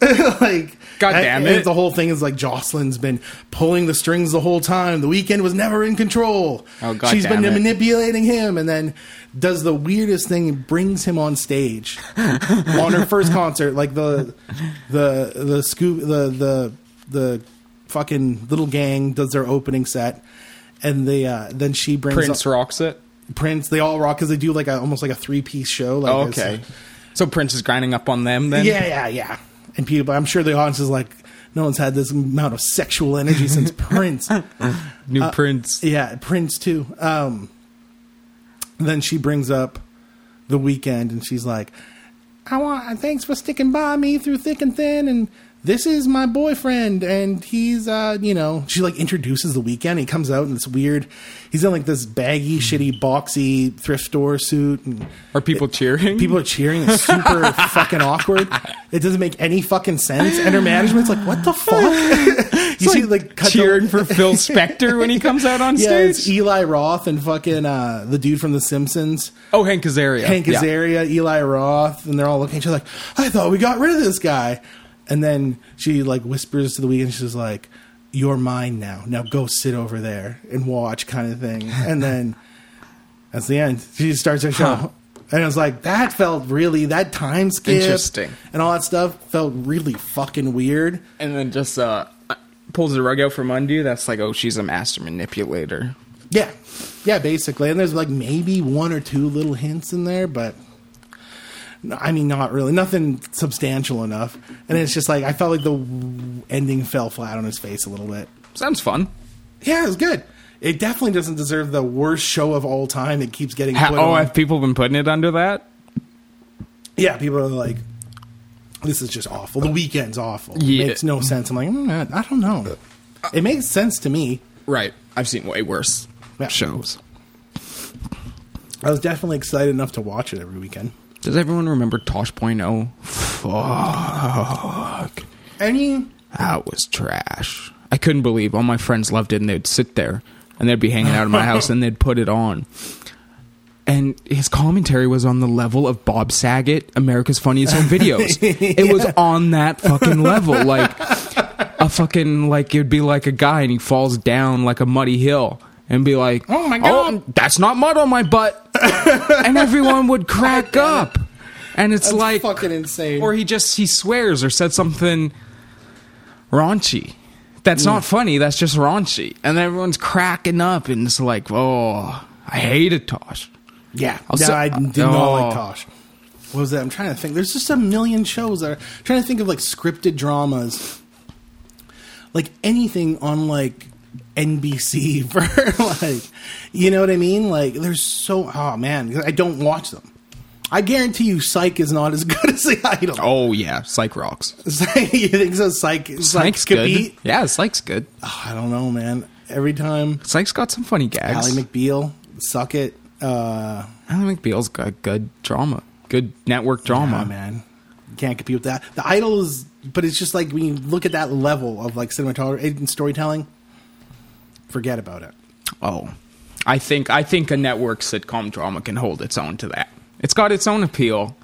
like
God
and-
damn
and
it.
the whole thing is like Jocelyn's been pulling the strings the whole time. The weekend was never in control.
Oh, God
She's been
damn it.
manipulating him and then does the weirdest thing and brings him on stage on her first concert. Like the the the scoop the the the fucking little gang does their opening set and they uh then she brings
Prince
up,
rocks it.
Prince they all rock because they do like a almost like a three piece show like
Oh,
this.
okay. So Prince is grinding up on them then.
Yeah, yeah, yeah. And people, I'm sure the audience is like, no one's had this amount of sexual energy since Prince.
New Prince.
uh, Yeah, Prince too. Um, then she brings up the weekend, and she's like, "I want thanks for sticking by me through thick and thin, and this is my boyfriend, and he's uh, you know." She like introduces the weekend. He comes out in this weird. He's in like this
Mm.
baggy, shitty, boxy thrift store suit, and
Are people cheering?
people are cheering. It's super fucking awkward. It doesn't make any fucking sense. And her management's like, "What the fuck?" you
It's
see, like cut the-
cheering for Phil Spector when he comes out on
yeah,
stage.
it's E- Eli Roth and fucking uh, the dude from The Simpsons,
oh, Hank Azaria.
Hank
Yeah.
Azaria, Eli Roth, and they're all looking at each other like, "I thought we got rid of this guy." And then she like whispers to the weekend, she's like, "You're mine now. Now go sit over there and watch," kind of thing. And then that's the end. She starts her show.
Huh.
And I was like, that felt really that time skip
Interesting.
and all that stuff felt really fucking weird.
And then just uh, pulls the rug out from under you. That's like, oh, she's a master manipulator.
Yeah, yeah, basically. And there's like maybe one or two little hints in there, but no, I mean, not really, nothing substantial enough. And it's just like I felt like the w- ending fell flat on his face a little bit.
Sounds fun.
Yeah, it was good. It definitely doesn't deserve the worst show of all time. It keeps getting
Ha-
put
oh,
on.
have people been putting it under that?
yeah, people are like, this is just awful. The weekend's awful.
Yeah. Uh,
It makes no sense. I'm like, mm, I don't know. It makes sense to me.
Right. I've seen way worse
Yeah.
shows.
I was definitely excited enough to watch it every weekend.
Does everyone remember Tosh.0? Fuck.
Any
That was trash. I couldn't believe all my friends loved it and they'd sit there and they'd be hanging out at my house and they'd put it on. And his commentary was on the level of Bob Saget, America's Funniest Home Videos. It was on that fucking level. Like a fucking like it'd be like a guy and he falls down like a muddy hill and be like,
Oh my God."
that's not mud on my butt." and everyone would crack up. And it's like
fucking insane.
or he just he swears or said something raunchy. That's
Mm.
not funny. That's just raunchy, and everyone's cracking up, and it's like, oh, I hated Tosh.
yeah,
I'll
no,
say-
I did not
Oh.
like Tosh. What was that? I'm trying to think. There's just a million shows that are I'm trying to think of like scripted dramas, like anything on like NBC for like, you know what I mean? Like, there's so oh man, I don't watch them. I guarantee you, Psych is not as good as the Idol.
Oh yeah, Psych rocks.
you think so? Psych,
Psych's
Psych could
good.
be-
Yeah, Psych's good.
Oh, I don't know, man. Every time
Psych's got some funny gags.
Ally
Ally,
McBeal, suck it. Uh,
McBeal's got good drama, good network drama.
oh man, can't compete with that. The Idol is, but it's just like when you look at that level of like cinematography and storytelling, forget about it.
Oh, I think I think a network sitcom drama can hold its own to that. It's got its own appeal.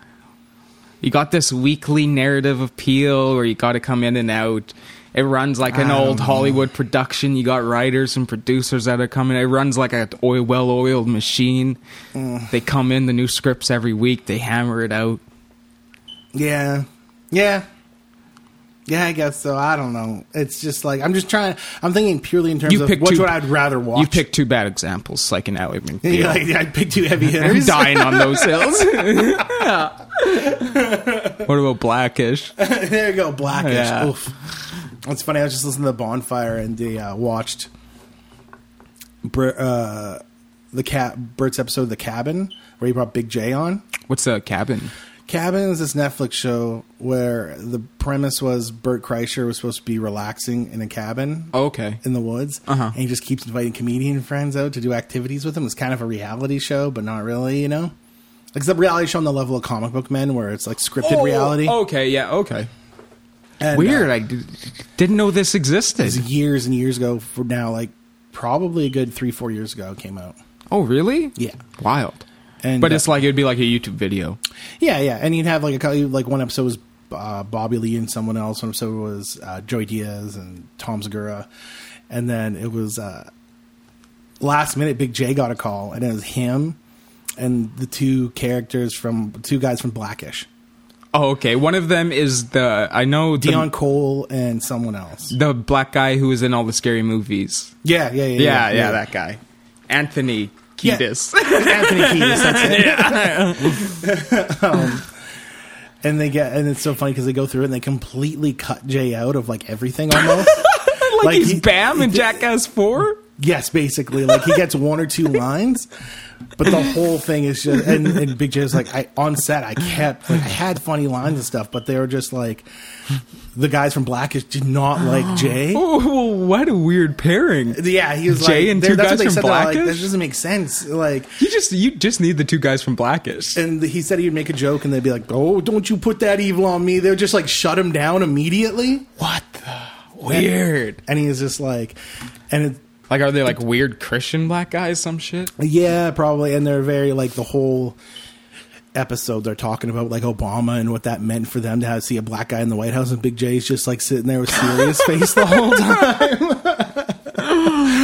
You got this weekly narrative appeal where you got to come in and out. It runs like an old
Um.
Hollywood production. You got writers and producers that are coming. It runs like a oil, well-oiled machine.
Mm.
They come in the new scripts every week. They hammer it out.
Yeah, yeah, yeah. I guess so. I don't know. It's just like I'm just trying. I'm thinking purely in terms
You
of
pick
which
two-
one I'd rather watch.
You pick two bad examples, like an Ally McBeal.
You're like, I'd pick two heavy
I'm
hitters.
dying on those hills. Yeah. What about Blackish?
there you go, Blackish.
Yeah.
Oof. That's funny. I was just listening to Bonfire and they uh, watched Br- uh, the cat Bert's episode of The Cabin where he brought Big J on.
What's a cabin?
Cabin is this Netflix show where the premise was Bert Kreischer was supposed to be relaxing in a cabin
Oh, okay.
in the woods,
Uh-huh.
and he just keeps inviting comedian friends out to do activities with him. It's kind of a reality show, but not really, you know. Except reality show on the level of comic book men, where it's like scripted reality.
Okay, yeah, okay.
And, uh,
Oh, Weird. I d- didn't know this existed.
was years and years ago for now like probably a good three four years ago it came out
Oh, really?
Yeah.
Wild.
and
But
uh,
it's like it'd be like a YouTube video.
yeah yeah and you'd have like a cou- like one episode was uh, bobby lee and someone else one episode was uh, joey diaz and tom segura and then it was uh, last minute big j got a call and it was him and the two characters from two guys from blackish
Oh, okay. One of them is the I know the,
Dion Cole and someone else.
the black guy who was in all the scary movies.
Yeah, yeah, yeah,
Yeah,
yeah,
yeah, that guy, Anthony
Yeah.
Kiedis.
Anthony Kiedis, that's it. Um, and they get, and it's so funny because they go through it and they completely cut Jay out of like everything almost.
like,
Like
he's
he-
Bam in Jackass Four.
yes, basically, like he gets one or two lines, but the whole thing is just. And, and Big Jay's like, I on set, I kept like I had funny lines and stuff, but they were just like the guys from Blackish did not like Jay.
Oh, what a weird pairing.
Yeah, he was like
Jay and
they're-
two
that's
guys
what they
from
said. They're like,
Blackish?
that doesn't make sense. Like
You just you just need the two guys from Blackish.
and he said he'd make a joke, and they'd be like, "Oh, don't you put that evil on me!" They'd just like shut him down immediately.
What the weird?
And he was just like, and
Like, are they like weird Christian black guys? Some shit.
it, yeah, probably. And they're very like the whole episode they're talking about like Obama and what that meant for them to have see a black guy in the White House, and Big J's just like sitting there with serious face the whole time.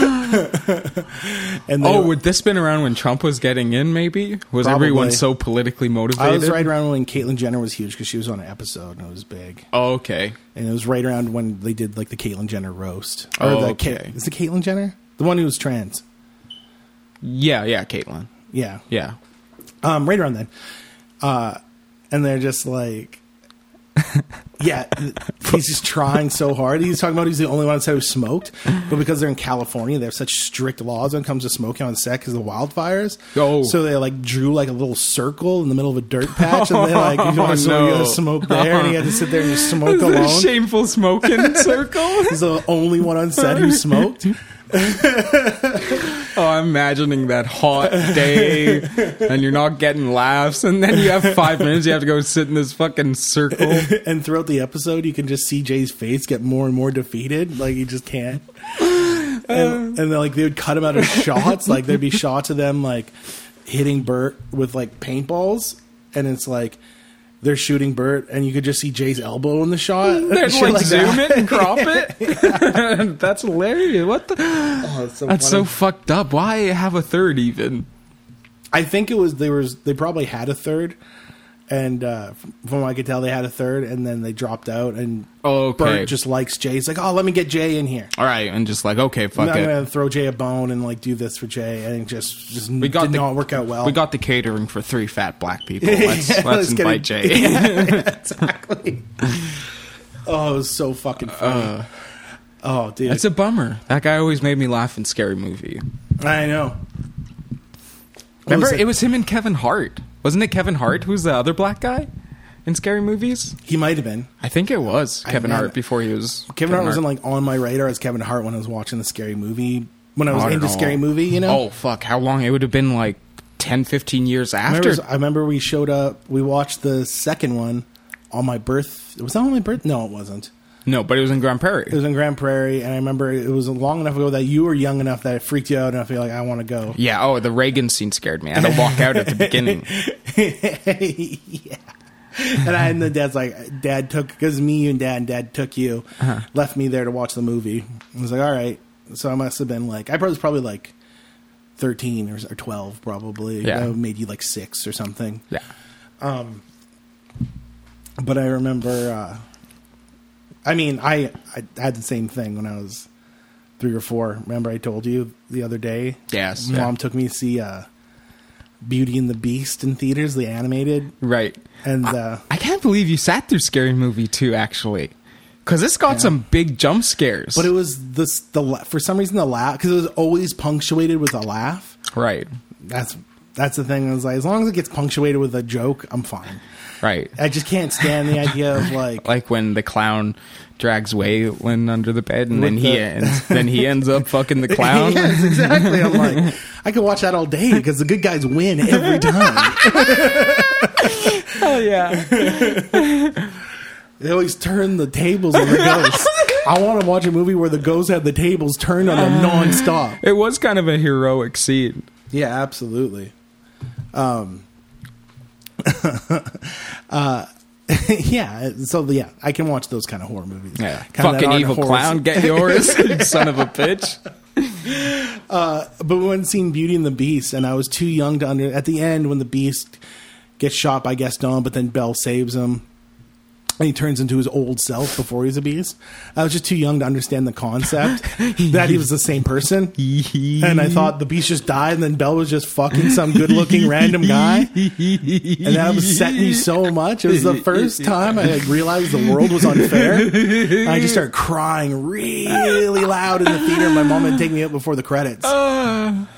and they,
Oh, would this been around when Trump was getting in? Maybe was
Probably.
everyone so politically
I
motivated?
was right around when Caitlyn Jenner was huge because she was on an episode and it was big.
Oh, okay.
and it was right around when they did like the Caitlyn Jenner roast. Or
Oh,
the
okay.
Ka- is it Caitlyn Jenner the one who was trans?
Yeah, yeah, Caitlin.
Yeah,
Yeah,
um, right around then. Uh, and they're just like, Yeah, he's just trying so hard. He's talking about he's the only one that said who smoked, but because they're in California, they have such strict laws when it comes to smoking on set because of the wildfires.
Oh.
so they like drew like a little circle in the middle of a dirt patch, and they like you know, so you
Oh, no.
gotta smoke there, and he had to sit there and just smoke
Is there a
alone.
shameful smoking circle.
He's the only one on set who smoked.
Oh, I'm imagining that hot day, and you're not getting laughs, and then you have five minutes. You have to go sit in this fucking circle.
and throughout the episode, you can just see Jay's face get more and more defeated. Like he just can't. And, and then like they would cut him out of shots. Like there'd be shots of them like hitting Bert with like paintballs, and it's like they're shooting Bert, and you could just see Jay's elbow in the shot.
They're
Shit
like, zoom
that.
it and crop it. That's hilarious. What the?
Oh, it's so
That's so
funny.
fucked up. Why have a third even?
I think it was they was they probably had a third, and uh, from what I could tell, they had a third, and then they dropped out. And
Oh, Okay.
Bert just likes Jay. He's like, oh, let me get Jay in here.
All right, and just like okay, fuck
I'm
it.
gonna throw Jay a bone and like do this for Jay, and it just just
we got
did
the,
not work out well.
We got the catering for three fat black people. Let's,
Yeah,
let's,
let's get
invite
it.
Jay.
exactly. oh, it was so fucking
Uh,
funny. oh, dude,
It's a bummer. That guy always made me laugh in scary movie.
I know. What
Remember,
was it?
it was him and Kevin Hart. Wasn't it Kevin Hart who's the other black guy in scary movies?
He might have been.
I think it was Kevin
man,
Hart before he was
Kevin Hart wasn't like on my radar as Kevin Hart when I was watching the scary movie. When I was
Not at
into
all.
scary movie, you know.
Oh fuck! How long? It would have been like 10, 15 years
I
after.
remember, I remember we showed up. We watched the second one on my birth. Was that on my birth? No, it wasn't.
No, but it was in Grand Prairie.
It was in Grand Prairie, and I remember it was long enough ago that you were young enough that it freaked you out, and I feel like I want to go.
yeah. Oh, the Reagan scene scared me. I had to walk out at the beginning.
yeah. And I and the dad's like, Dad took because me, you, and Dad, and Dad took you, left me there to watch the movie. I was like, all right. So I must have been like, I was probably like thirteen or, or twelve, probably.
Yeah.
I made you like six or something.
Yeah.
But I remember, uh, I mean, I I had the same thing when I was three or four. Remember, I told you the other day.
Yes,
Mom
yeah.
took me to see uh, Beauty and the Beast in theaters, the animated,
Right.
and.
I,
uh,
I can't believe you sat through Scary Movie 2, actually. Because this got some big jump scares.
But it was this the la- for some reason the laugh because it was always punctuated with a laugh.
right.
That's that's the thing. I was like, as long as it gets punctuated with a joke, I'm fine.
Right.
I just can't stand the idea of like,
Like when the clown drags Waylon under the bed and then
With
he
the-
ends, then he ends up fucking the clown.
yes, exactly. I'm like, I could watch that all day because the good guys win every time.
Oh, yeah.
they always turn the tables on the ghosts. I want to watch a movie where the ghosts have the tables turned on them nonstop.
It was kind of a heroic scene.
Yeah, absolutely. Um, uh, yeah. So yeah, I can watch those kind of horror movies.
Yeah.
Kinda that
fucking
aren't
evil
horror-
clown, get yours, son of a bitch.
But we went and seen Beauty and the Beast, and I was too young to under. At the end, when the Beast gets shot by Gaston, but then Belle saves him. And he turns into his old self before he's a beast. I was just too young to understand the concept that he was the same person. And I thought the beast just died, and then Belle was just fucking some good looking random guy. and that upset me so much. It was the first time I like, realized the world was unfair. And I just started crying really loud in the theater. My mom had taken me up before the credits,
Ah,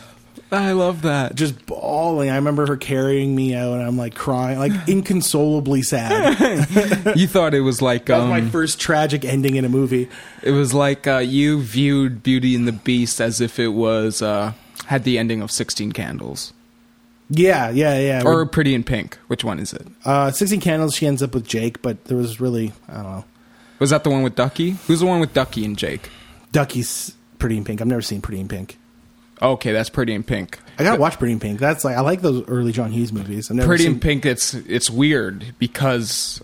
I love that.
just bawling. I remember her carrying me out, and I'm like crying, like inconsolably sad.
You thought it was like
That was my
um,
first tragic ending in a movie.
It was like uh, you viewed Beauty and the Beast as if it was uh, had the ending of Sixteen Candles
Yeah, yeah, yeah.
or Pretty in Pink. Which one is it?
uh, Sixteen Candles. She ends up with Jake, but there was really I don't know.
Was that the one with Ducky? Who's the one with Ducky and Jake?
Ducky's Pretty in Pink. I've never seen Pretty in Pink.
Okay, that's Pretty in Pink.
I gotta watch Pretty in Pink. That's like I like those early John Hughes movies. I've never
Pretty
seen,
in Pink. It's it's weird because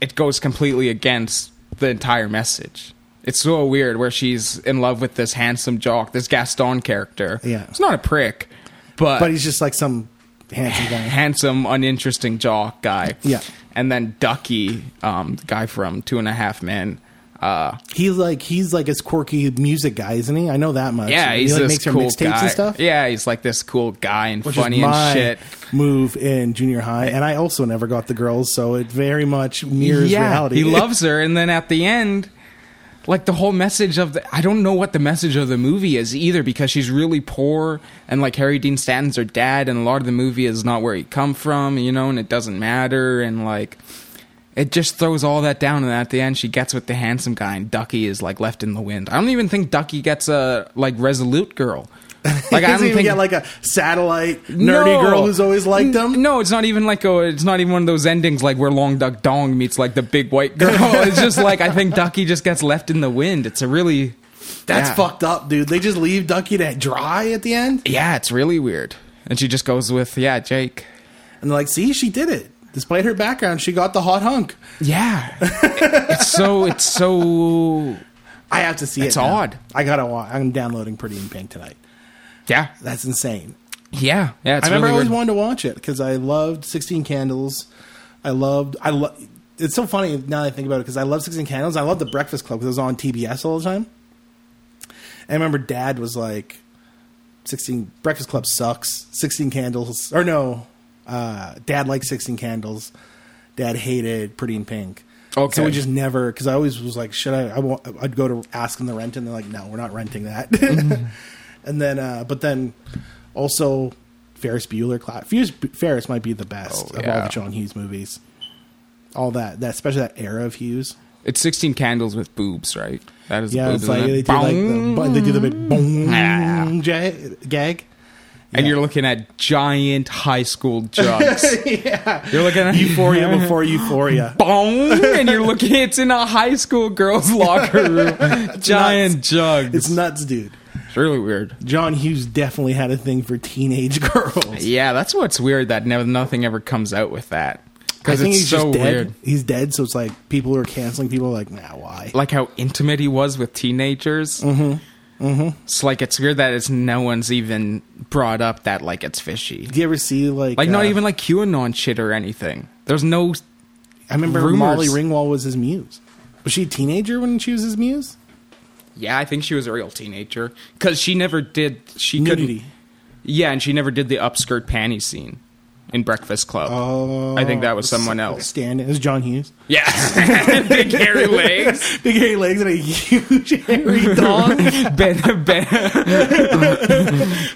it goes completely against the entire message. It's so weird where she's in love with this handsome jock, this Gaston character.
Yeah.
it's not a prick, but
but he's just like some handsome guy.
handsome, uninteresting jock guy.
Yeah.
And then Ducky, um, the guy from Two and a Half Men. Uh,
He's like he's like his quirky music guy, isn't he? I know that much.
yeah,
he
he's
like
this
makes her
cool
mixtapes
guy.
and stuff.
Yeah, he's like this cool guy and
Which is
funny
my-
and shit.
move in junior high, and I also never got the girls, so it very much mirrors reality.
He loves her, and then at the end, like the whole message of the I don't know what the message of the movie is either because she's really poor and like Harry Dean Stanton's her dad, and a lot of the movie is not where he come from, you know, and it doesn't matter, and like it just throws all that down, and at the end she gets with the handsome guy, and Ducky is like left in the wind. I don't even think Ducky gets a like resolute girl. Like
Like,
I
doesn't
don't
even
think
get like a satellite nerdy
No.
girl who's always liked
N-
him.
No, it's not even like a. It's not even one of those endings like where Long Duck Dong meets like the big white girl. it's just like I think Ducky just gets left in the wind. It's a really
That's
yeah.
fucked up, dude. They just leave Ducky to dry at the end,
Yeah, it's really weird. And she just goes with yeah, Jake.
and they're like, "See, she did it. Despite her background, she got the hot hunk."
Yeah, it's so it's so
I have to see it.
It's
now.
odd.
I gotta watch. I'm downloading Pretty in Pink tonight.
yeah
That's insane.
yeah yeah. It's
I remember
really
I always
weird.
wanted to watch it because I loved Sixteen Candles. I loved. I lo- It's so funny now that I think about it because I love Sixteen Candles. I love The Breakfast Club because it was on TBS all the time. And I remember Dad was like, "16 Breakfast Club sucks. Sixteen Candles or no." Uh, Dad liked Sixteen Candles. Dad hated Pretty in Pink.
Okay.
So we just never because I always was like, should I? I won't, I'd go to ask them to rent, and they're like, no, we're not renting that. and then, uh, but then also Ferris Bueller class. Ferris, Ferris might be the best
Oh,
of all
yeah.
the John Hughes movies. All that, that especially that era of Hughes.
It's sixteen candles with boobs, right? That is
Yeah,
boobs,
it's like
isn't it?
they do like the,
Bong.
bu- they do the big boom
Ah.
ja- gag.
and you're looking at giant high school jugs. yeah, you're looking at
Euphoria before Euphoria.
bong, and you're looking. It's in a high school girls' locker room. Giant jugs.
It's nuts, dude.
It's really weird.
John Hughes definitely had a thing for teenage girls.
Yeah, that's what's weird. That never, nothing ever comes out with that
I
because
think
it's
he's
so
just dead.
weird.
He's dead, so it's like people are canceling. People are like, nah, why?
Like how intimate he was with teenagers. Mm-hmm. Mm-hmm. It's like it's weird that it's no one's even brought up that like it's fishy.
Do you ever see like
Like not
uh,
even like QAnon shit or anything. There's no
I remember
rumors.
Molly Ringwald was his muse. Was she a teenager when she was his muse?
Yeah, I think she was a real teenager because she never did. She
Nudity.
couldn't. Yeah, and she never did the upskirt panty scene in Breakfast Club.
Oh,
I think that was someone
Like
else.
Stand it was John Hughes.
Yeah, big hairy legs,
Big hairy legs and a huge hairy dong.
Ben, ben, ben,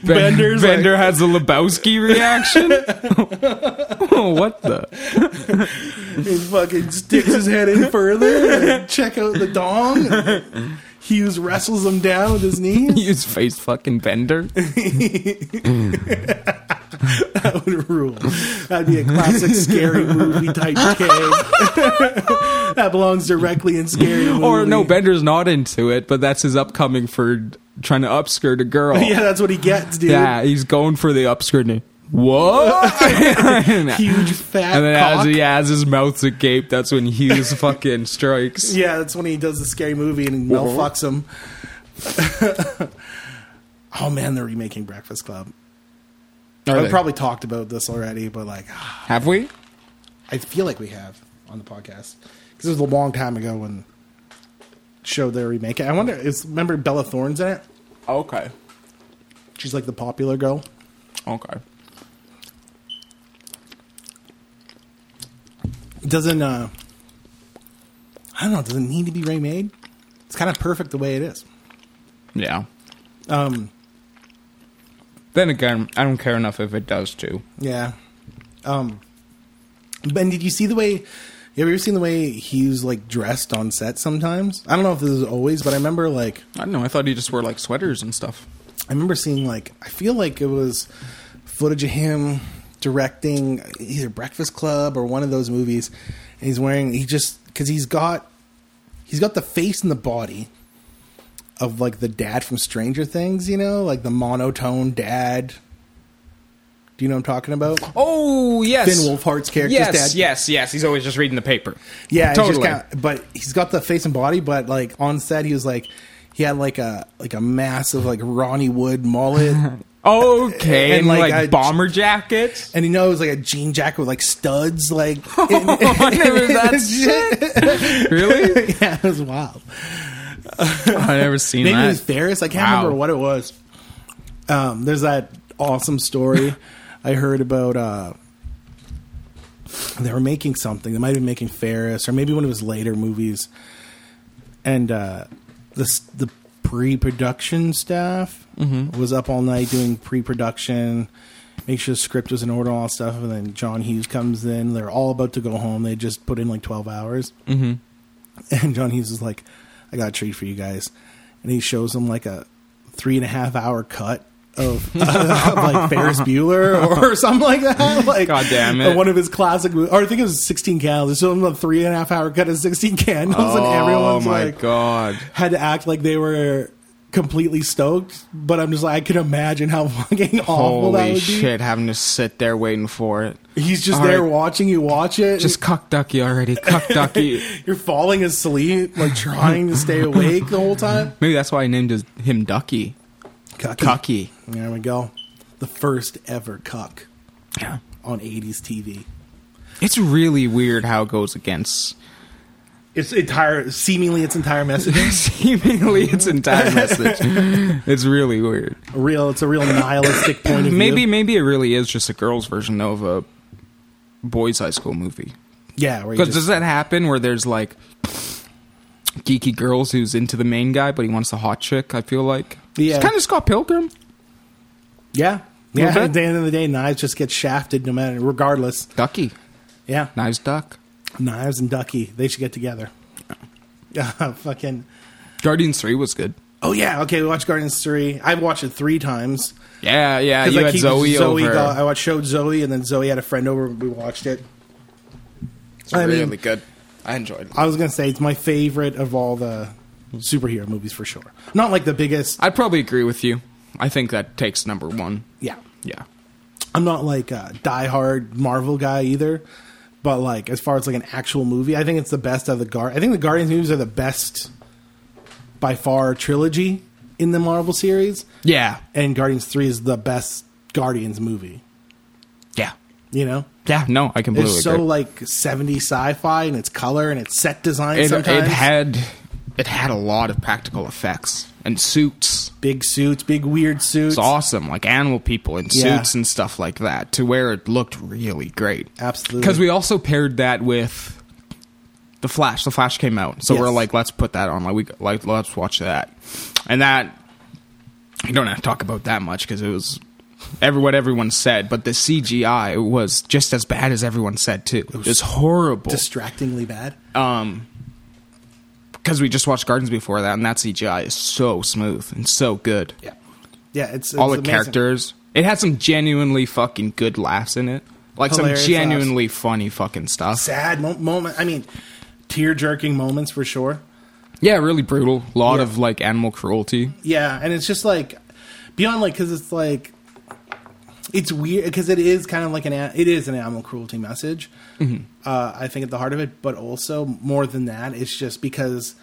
Bender's
Bender has a Lebowski reaction. oh, what the?
he fucking sticks his head in further. and check out the dong. Hughes wrestles him down with his knees.
Use face fucking Bender.
That would rule. That'd be a classic scary movie type tag. that belongs directly in scary movie.
Or no, Bender's not into it, but that's his upcoming for trying to upskirt a girl.
Yeah, that's what he gets, dude.
Yeah, he's going for the upskirting. What? and
Huge fat.
then
cock.
as he has his mouth agape, that's when Hughes fucking strikes.
Yeah, that's when he does the scary movie and Mel
Whoa.
fucks him. oh man, they're remaking Breakfast Club.
Are
I've
they?
probably talked about this already, but like, ah,
Have we?
I feel like we have on the podcast because it was a long time ago when showed they remake it. I wonder. Is remember Bella Thorne's in it?
Okay.
She's like the popular girl.
Okay.
It doesn't. uh I don't know. Does it need to be remade? It's kind of perfect the way it is.
Yeah.
Um,
Then again, I don't care enough if it does too.
Yeah. Um Ben, did you see the way you ever seen the way he's like dressed on set sometimes? I don't know if this is always, but I remember like
I don't know. I thought he just wore like sweaters and stuff.
I remember seeing like I feel like it was footage of him directing either Breakfast Club or one of those movies and he's wearing he just cuz he's got he's got the face and the body of like the dad from Stranger Things, you know, like the monotone dad. Do you know what I'm talking about?
Oh yes,
Finn Wolfhard's character's
Yes,
dad.
yes, yes. He's always just reading the paper.
Yeah, it's
totally.
Just kinda, but he's got the face and body, but like on set, he was like he had like a like a massive like Ronnie Wood mullet,
okay, and,
And,
like,
like, I-
bomber jackets.
and you know it was like a jean jacket with like studs, like in-
Oh, I never that shit. really?
yeah, it was wild.
I never seen
Maybe it
that.
was Ferris. I can't
Wow.
remember what it was. Um, there's that awesome story I heard about uh, they were making something. They might have been making Ferris or maybe one of his later movies. And uh, the s- the pre-production staff
Mm-hmm.
was up all night doing pre-production, make sure the script was in order, all that stuff. And then John Hughes comes in. They're all about to go home. They just put in like twelve hours.
Mm-hmm.
And John Hughes is like, I got a treat for you guys. And he shows them like a three and a half hour cut of, of, like Ferris Bueller or something like that. Like,
God damn it.
One of his classic movies. Or I think it was 16 Candles. They showed him a three and a half hour cut of 16 Candles. and
Oh
everyone's
my
like,
god.
had to act like they were completely stoked. But I'm just like, I can imagine how fucking awful that
Holy
would
shit, having to sit there waiting for it.
be. He's just
All
there
right.
watching you watch it.
Just cuck ducky already. Cuck ducky.
You're falling asleep, like trying to stay awake the whole time.
Maybe that's why I named his- him Ducky.
Cucky.
Cucky.
There we go. The first ever cuck
Yeah.
on 80s TV.
It's really weird how it goes against
Its entire, seemingly its entire message.
seemingly its entire message. It's really weird.
A real, it's a real nihilistic point of
Maybe
view.
maybe it really is just a girls' version of a boys' high school movie.
yeah, where you
Because
just-
does that happen where there's like geeky girls who's into the main guy, but he wants the hot chick? I feel like
Yeah.
it's kind of Scott Pilgrim.
yeah, yeah.
Little
At
bit.
the end of the day, knives just get shafted no matter, regardless.
Ducky,
Yeah,
knives, duck,
knives and Ducky, they should get together. Yeah, fucking.
Guardians Three was good.
Oh yeah, okay. We watched Guardians three. I've watched it three times.
Yeah, yeah. Uh, You
I
had
keep-
Zoe, over.
got- I watched showed Zoe, and then Zoe had a friend over. We watched it.
it's
I mean-
really good. I enjoyed. it.
I was gonna say it's my favorite of all the superhero movies for sure. Not like the biggest.
I'd probably agree with you. I think that takes number one.
Yeah,
Yeah,
I'm not like a diehard Marvel guy either. But like as far as like an actual movie, I think it's the best of the guard. I think the Guardians movies are the best by far trilogy in the Marvel series,
yeah,
and Guardians three is the best Guardians movie.
yeah,
You know.
yeah. No, I completely
It's so
agree.
like 70 sci-fi and its color and its set design
it, it
sometimes.
had it had a lot of practical effects and suits.
big suits, big weird suits.
It's awesome, like animal people in
Yeah.
suits and stuff like that, to where it looked really great.
Absolutely.
Because we also paired that with the Flash. The Flash came out, so we're
Yes.
like, let's put that on. Like we like let's watch that, and that you don't have to talk about that much because it was every what everyone said. But the CGI was just as bad as everyone said too. It was, horrible.
distractingly bad.
Because we just watched Gardens before that, and that CGI is so smooth and so good.
yeah. Yeah, it's,
all the
it's amazing.
characters. It had some genuinely fucking good laughs in it. Like
Hilarious
some genuinely funny fucking stuff.
sad mo- moment. I mean, tear-jerking moments for sure.
Yeah, really brutal. A lot
Yeah.
of like animal cruelty.
Yeah, and it's just like beyond like cuz it's like it's weird because it is kind of like an a- it is an animal cruelty message.
Mm-hmm.
Uh, I think at the heart of it, but also more than that, it's just because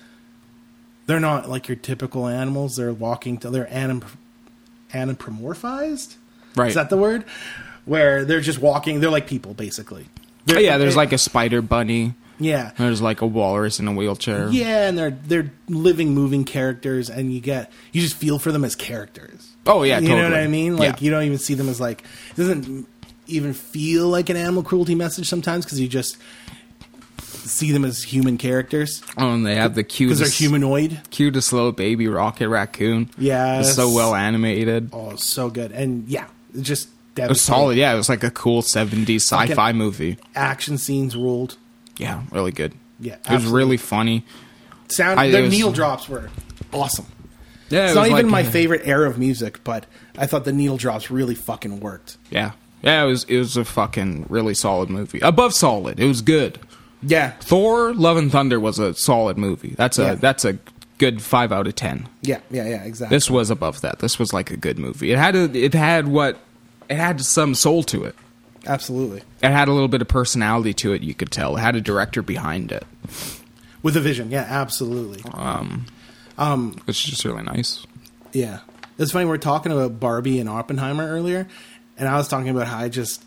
they're not like your typical animals. They're walking to they're anim- anthropomorphized.
Right.
Is that the word? Where they're just walking, they're like people basically. They're-
Oh, yeah, there's
they-
like a spider bunny.
yeah,
There's like a walrus in a wheelchair.
yeah, and they're they're living, moving characters, and you get you just feel for them as characters.
Oh, yeah,
you know what
totally.
I mean. Like
Yeah.
you don't even see them as like it doesn't even feel like an animal cruelty message sometimes because you just see them as human characters
Oh, and they have the
because
cutest,
they're humanoid.
cutest little baby rocket raccoon.
Yes.
It's so well animated. It
Oh, it's so good, and yeah, it's just
was solid. Yeah, it was like a cool 70s sci fi
Fucking-
movie.
action scenes ruled.
Yeah, really good.
Yeah,
It was really funny.
Sound
I- it
the
was-
needle drops were awesome.
Yeah,
It's not even
uh,
my favorite era of music, but I thought the needle drops really fucking worked.
Yeah. Yeah, it was it was a fucking really solid movie. Above solid. It was good.
Yeah,
Thor Love and Thunder was a solid movie. That's a
Yeah.
that's a good 5 out of 10.
yeah, yeah, yeah. Exactly.
This was above that. This was like a good movie. It had a, it had what it had some soul to it.
Absolutely.
It had a little bit of personality to it, you could tell. It had a director behind it,
With a vision. Yeah, absolutely.
which is just really nice.
Yeah. It's funny, we were talking about Barbie and Oppenheimer earlier, and I was talking about how I just.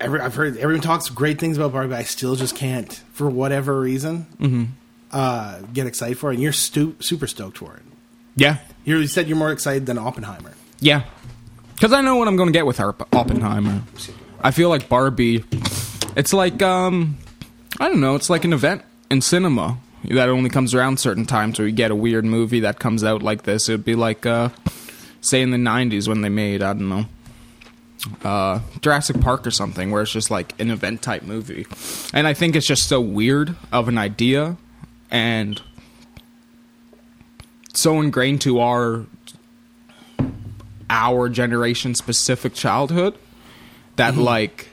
Every, I've heard everyone talks great things about Barbie, but I still just can't, for whatever reason,
Mm-hmm.
uh, get excited for it. And you're stu- super stoked for it.
Yeah.
You're, you said you're more excited than Oppenheimer.
Yeah. Because I know what I'm going to get with Arp- Oppenheimer. I feel like Barbie. It's like um, I don't know. It's like an event in cinema that only comes around certain times where you get a weird movie that comes out like this. It'd be like uh, say in the '90s when they made I don't know. Uh, Jurassic Park or something, where it's just like an event type movie, and I think it's just so weird of an idea, and so ingrained to our our generation specific childhood
Mm-hmm.
that like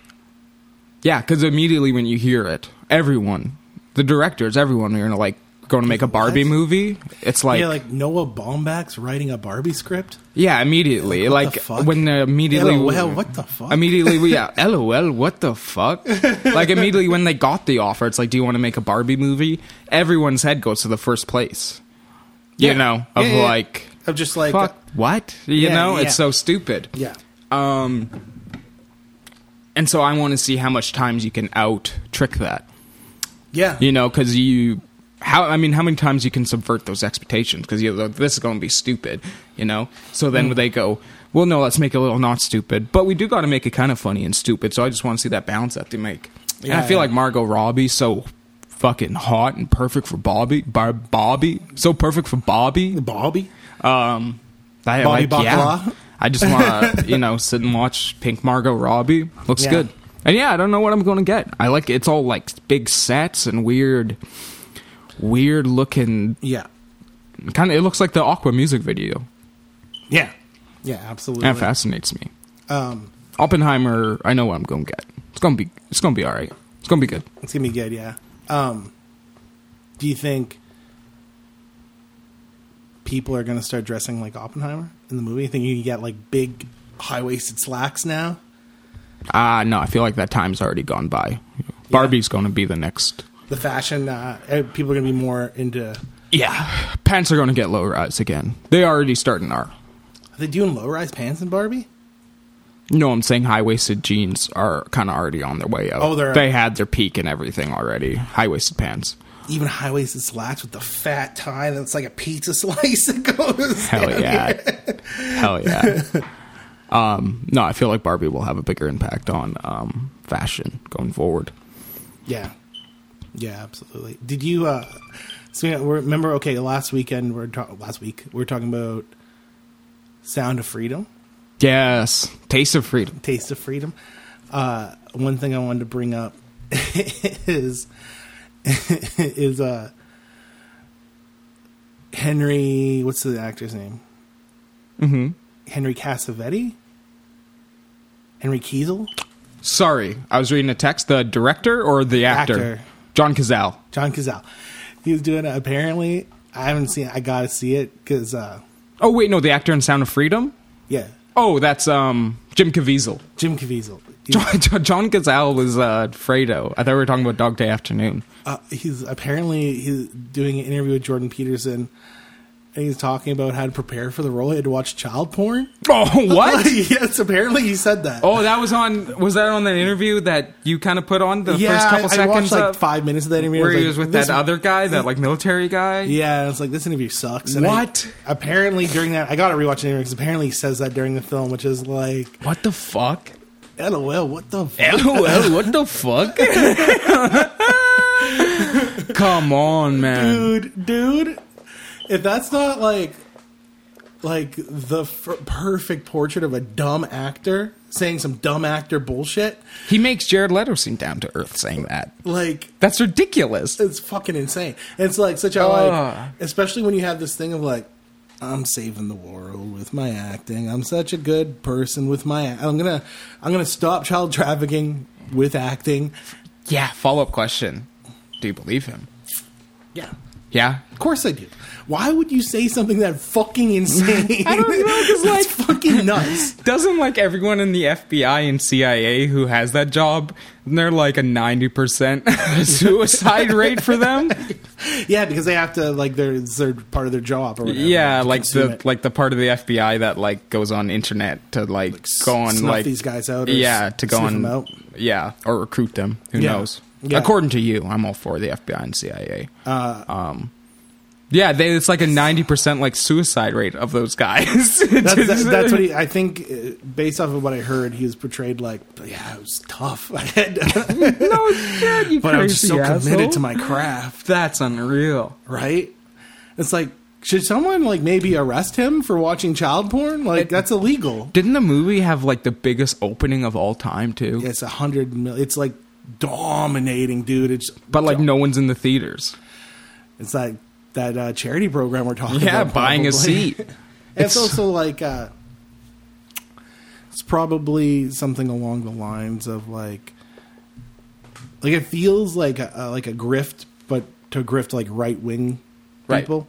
yeah because immediately when you hear it everyone the directors everyone are gonna like going to make a barbie
What?
movie it's like yeah,
yeah, like Noah Baumbach's writing a Barbie script.
immediately
What
like
the fuck?
when they immediately
LOL, what the fuck?
immediately we- yeah lol what the fuck like immediately when they got the offer it's like do you want to make a barbie movie everyone's head goes to the first place you
Yeah.
know of
Yeah, yeah, yeah.
like
I'm just like,
fuck what you
Yeah,
know
yeah.
it's so stupid
yeah,
and so I want to see how much times you can out trick that.
yeah,
You know, because you how I mean, how many times you can subvert those expectations? Because you're like, this is going to be stupid. You know, so then
Mm.
they go, well, no, let's make it a little not stupid, but we do got to make it kind of funny and stupid. So I just want to see that balance that they make. and
Yeah,
I feel
yeah.
like Margot Robbie's so fucking hot and perfect for Bobby. Bar- Bobby, so perfect for Bobby.
Bobby.
I,
Bobby
like, yeah.
Bacala.
I just want to, you know, sit and watch Pink Margot Robbie. Looks
Yeah.
good. And yeah, I don't know what I'm going to get. I like it's all like big sets and weird, weird looking.
Yeah,
Kind of, it looks like the Aqua music video.
yeah, yeah, absolutely.
That fascinates me.
Um,
Oppenheimer. I know what I'm going to get. It's gonna be. It's gonna be all right. It's gonna be good.
it's gonna be good. Yeah. Um, do you think people are gonna start dressing like Oppenheimer in the movie? You think you can get like big high waisted slacks now?
Ah, no, I feel like that time's already gone by. Barbie's going to be the next.
The fashion, uh, eh, people are gonna be more into.
Yeah, pants are going to get low rise again. They already starting are.
Are they doing low rise pants in Barbie?
No, I'm saying high waisted jeans are kind of already on their way out.
Oh, they're-
they had their peak and everything already. High waisted pants.
Even high waisted slacks with the fat tie that's like a pizza slice that goes.
Hell
down
yeah,
here.
hell yeah. Um, no, I feel like Barbie will have a bigger impact on um, fashion going forward.
Yeah. Yeah, absolutely. Did you uh so yeah, we're- remember okay, last weekend we're ta- last week we were talking about Sound of Freedom,
Yes, taste of freedom.
Taste of Freedom. Uh one thing I wanted to bring up is is uh Henry what's the actor's name? Mhm. Henry Cassavetti? Henry Kiesel?
Sorry, I was reading a text. The director or the actor?
Actor.
John Cazale.
John Cazale. He was doing it apparently. I haven't seen it. I got to see it because uh
Oh wait, no, the actor in Sound of Freedom.
Yeah,
Oh, that's um, Jim Caviezel.
Jim Caviezel. He-
John, John Cazale was uh, Fredo. I thought we were talking about Dog Day Afternoon.
uh, he's apparently he's doing an interview with Jordan Peterson, and he's talking about how to prepare for the role. He had to watch child porn.
Oh, what?
yes, apparently he said that.
Oh, that was on. Was that on that interview that you kind of put on the
yeah,
first couple
I, I watched
seconds
like
of
five minutes of that interview. I
where he
like,
was with
this-
that uh, other guy, that like military guy?
Yeah, it's like this interview sucks. I-
What?
apparently during that, I got to rewatch the interview because apparently he says that during the film, which is like,
What the fuck?
lol, what the fuck?
LOL. What the fuck? Come on, man.
dude, dude. If that's not like, like the f- perfect portrait of a dumb actor saying some dumb actor bullshit,
He makes Jared Leto seem down to earth saying that.
like
That's ridiculous.
it's fucking insane. It's like such a
Ugh.
like, especially when you have this thing of like, I'm saving the world with my acting. I'm such a good person with my. act- I'm gonna, I'm gonna stop child trafficking with acting.
Yeah. Follow up question: Do you believe him?
Yeah.
Yeah.
Of course I do. Why would you say something that fucking insane?
I don't know, 'cause,
That's
like-
fucking nuts.
Doesn't like everyone in the FBI and CIA who has that job, they're like a ninety percent suicide rate for them.
Yeah, because they have to like they're, they're part of their job or whatever.
yeah
to
like
consume
the
it.
like the part of the fbi that like goes on internet to like, go on
snuff
like
these guys out or
yeah
s-
to go
sniff
on
them out.
yeah or recruit them who
Yeah. Uh,
knows
Yeah.
according to you i'm all for the fbi and cia Um, Yeah, they, it's like a ninety percent like suicide rate of those guys.
That's, that, that's what he. I think, uh, based off of what I heard, he was portrayed like, yeah, it was tough. I had,
no shit, you
but I was
crazy
so
asshole.
committed to my craft,
That's unreal.
right? It's like, should someone like maybe arrest him for watching child porn? Like that's illegal.
Didn't the movie have like the biggest opening of all time too?
It's a hundred mil. It's like dominating, dude. It's
But like no one's in the theaters.
it's like that uh, charity program we're talking
Yeah,
about.
buying a
probably.
seat.
It's,
It's-
also like uh, it's probably something along the lines of like like it feels like a, a- like a grift, but to grift like right wing
Right.
people.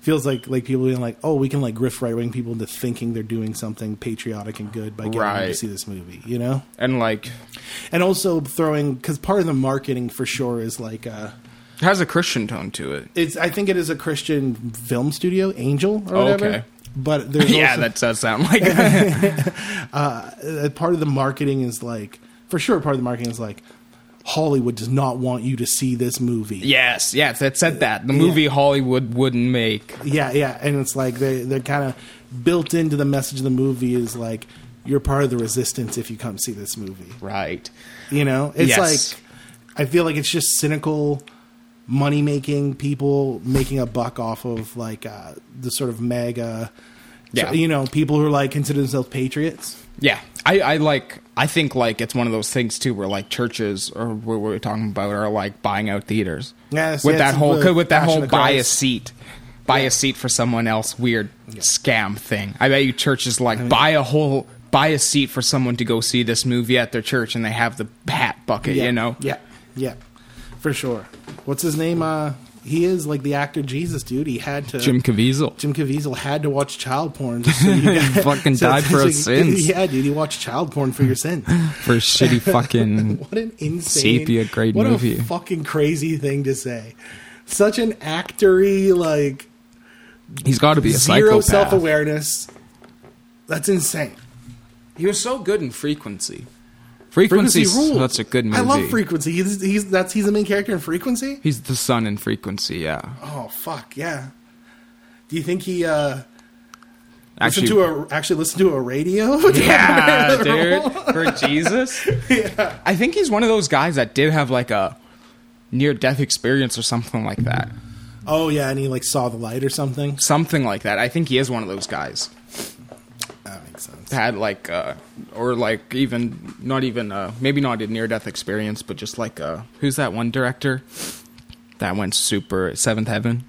Feels like like people being like, oh, we can like grift right wing people into thinking they're doing something patriotic and good by getting them to
Right.
see this movie, you know?
And like
And also throwing because part of the marketing for sure is like uh,
it has a Christian tone to it.
it's I think it is a Christian film studio, Angel or
Oh,
whatever.
okay.
But there's
Yeah,
also,
that does sound like it.
uh, part of the marketing is like for sure part of the marketing is like hollywood does not want you to see this movie
Yes, yes, it said that. The movie Hollywood wouldn't make.
yeah yeah and it's like they, they're kind of built into the message of the movie is like you're part of the resistance if you come see this movie
Right.
you know it's
Yes.
like i feel like it's just cynical money making people making a buck off of like uh, the sort of mega
Yeah.
you know people who are like consider themselves patriots
Yeah, I, I like. I think like it's one of those things too, where like churches or what we're talking about are like buying out theaters.
Yes,
with
yes,
that whole
the
with that
Passion
whole
of
buy a
Christ.
seat, buy a seat for someone else weird scam thing. I bet you churches like
Mm-hmm.
buy a whole buy a seat for someone to go see this movie at their church, and they have the hat bucket. You know,
Yeah, yeah, for sure. What's his name? Uh, he is like the actor Jesus, dude. He had to
Jim Caviezel.
Jim Caviezel had to watch child porn. just So you
He fucking died for his sins
Yeah, dude, he watched child porn for your sins.
for shitty fucking.
What an insane
Sepia, great
what
movie.
a fucking crazy thing to say. Such an actory like
He's got to be a
zero
psychopath.
self awareness. That's insane.
He was so good in Frequency.
Frequency
Frequency
rules.
That's a good movie.
I love Frequency. He's, he's that's he's the main character in Frequency.
He's the son in Frequency. Yeah.
Oh fuck yeah! Do you think he uh,
Actually,
listen to a actually listen to a radio?
yeah, dude, for Jesus. I think he's one of those guys that did have like a near death experience or something like that.
Oh yeah, and he like saw the light or something.
Something like that. I think he is one of those guys
That makes sense.
that had like, uh, or like even not even uh, maybe not a near death experience, but just like uh, who's that one director that went super Seventh Heaven?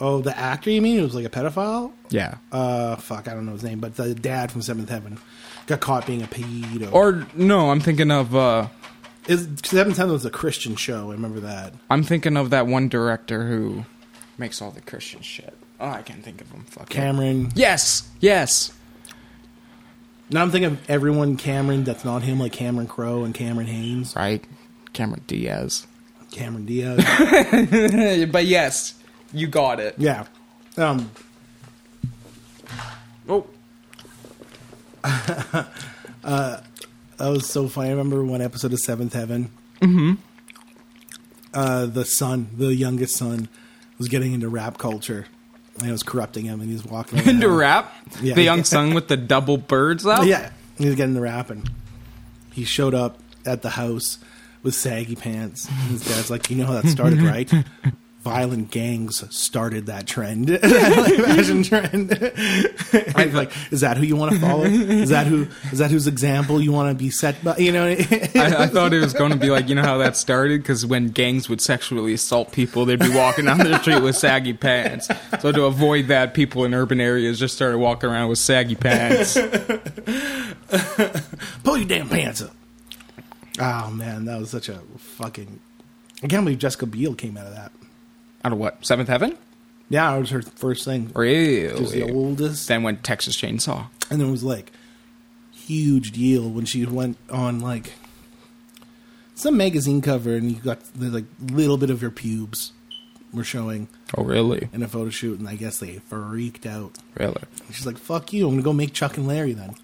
Oh, the actor you mean? It was like a pedophile.
Yeah.
Uh, fuck, I don't know his name, but the dad from Seventh Heaven got caught being a pedo.
Or no, I'm thinking of uh,
Is, Seventh Heaven was a Christian show. I remember that.
I'm thinking of that one director who makes all the Christian shit. Oh, I can't think of him. Fucking
Cameron.
Yes, yes.
Now I'm thinking of everyone Cameron that's not him, like Cameron Crowe and Cameron Haynes,
Right? Cameron Diaz.
Cameron Diaz.
but yes, you got it.
yeah. Um,
Oh.
That was so funny. I remember one episode of Seventh Heaven. Mm-hmm. Uh, the son, the youngest son, was getting into rap culture, and it was corrupting him. And he's walking around.
Into rap?
Yeah.
The young son with the double birds up?
Yeah, he was getting into rap, and he showed up at the house with saggy pants. And his dad's like, "You know how that started, right?" Violent gangs started that trend, like fashion trend. And like, is that who you want to follow? Is that who? Is that whose example you want to be set by? You know,
I, I thought it was going to be like, you know how that started? Because when gangs would sexually assault people, they'd be walking down the street with saggy pants. So to avoid that, people in urban areas just started walking around with saggy pants.
pull your damn pants up. Oh man, that was such a fucking. I can't believe Jessica Biel came out of that.
Out of what? Seventh Heaven?
Yeah, it was her first thing. She was the
Really?
oldest,
Then went Texas Chainsaw.
and it was like huge deal when she went on like some magazine cover, and you got the like little bit of her pubes were showing
Oh, really?
in a photo shoot, and I guess they freaked out.
Really?
She's like, "Fuck you! I'm gonna go make Chuck and Larry then."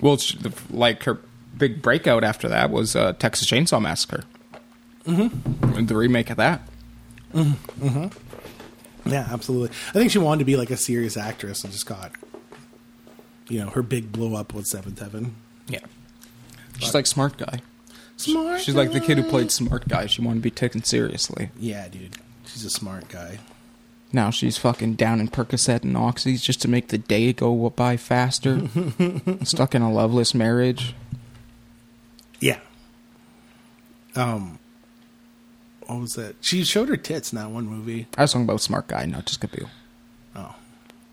Well, she, the, like her big breakout after that was uh, Texas Chainsaw Massacre. Mm-hmm. The remake of that.
Yeah, absolutely. I think she wanted to be like a serious actress and just got, you know, her big blow up with Seventh Heaven.
Yeah. She's like smart guy.
Smart.
She's like the kid who played smart guy. She wanted to be taken seriously.
Yeah, dude. She's a smart guy.
Now she's fucking down in Percocet and Oxys just to make the day go by faster. Stuck in a loveless marriage.
Yeah. Um. What was that? She showed her tits in that one movie.
I was talking about smart guy, not Jessica Biel.
Oh,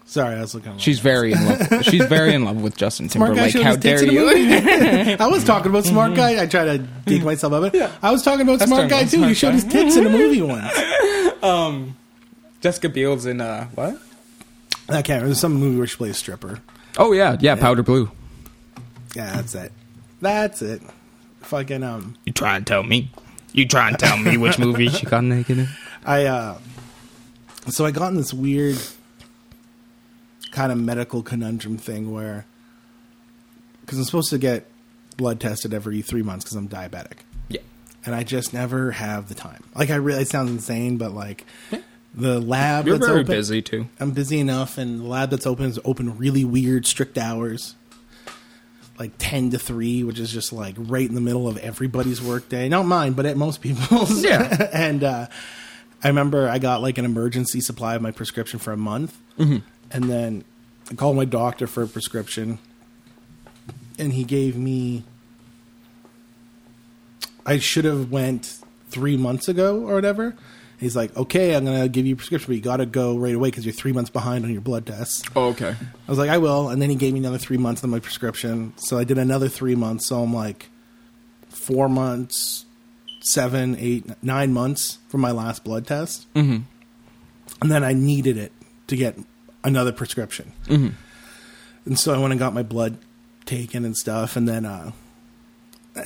sorry, I was looking. at my
She's
notes.
very in love. She's very in love with Justin
smart guy.
Timberlake.
showed
How
his tits
dare
in a
you? Mm-hmm.
movie. I was talking about smart guy. I try to dig myself up. Yeah. I was talking about
That's
smart
talking
guy
about
too.
smart
he showed
guy.
his tits in a movie once.
Jessica Biel's in uh what?
I can't remember. There's some movie where she plays stripper.
Oh yeah, yeah, Powder Blue.
Yeah, that's it. That's it. Fucking um.
You try and tell me. You try and tell me which movie she got naked in.
I uh so I got in this weird kind of medical conundrum thing where cuz I'm supposed to get blood tested every 3 months cuz I'm diabetic
Yeah.
and I just never have the time. Like I really it sounds insane but like the lab
You're
that's
very
open,
busy too.
I'm busy enough and the lab that's open is open really weird strict hours. Like 10 to 3, which is just like right in the middle of everybody's workday. Not mine, but at most people's.
Yeah.
and uh I remember I got like an emergency supply of my prescription for a month, and then I called my doctor for a prescription, and he gave me. I should have went three months ago or whatever. He's like, okay, I'm gonna give you a prescription, but you gotta go right away because you're three months behind on your blood tests.
Oh, okay.
I was like, I will. And then he gave me another three months on my prescription. So I did another three months. So I'm like four months, seven, eight, nine months from my last blood test. Mm-hmm. And then I needed it to get another prescription. Mm-hmm. And so I went and got my blood taken and stuff. And then, uh,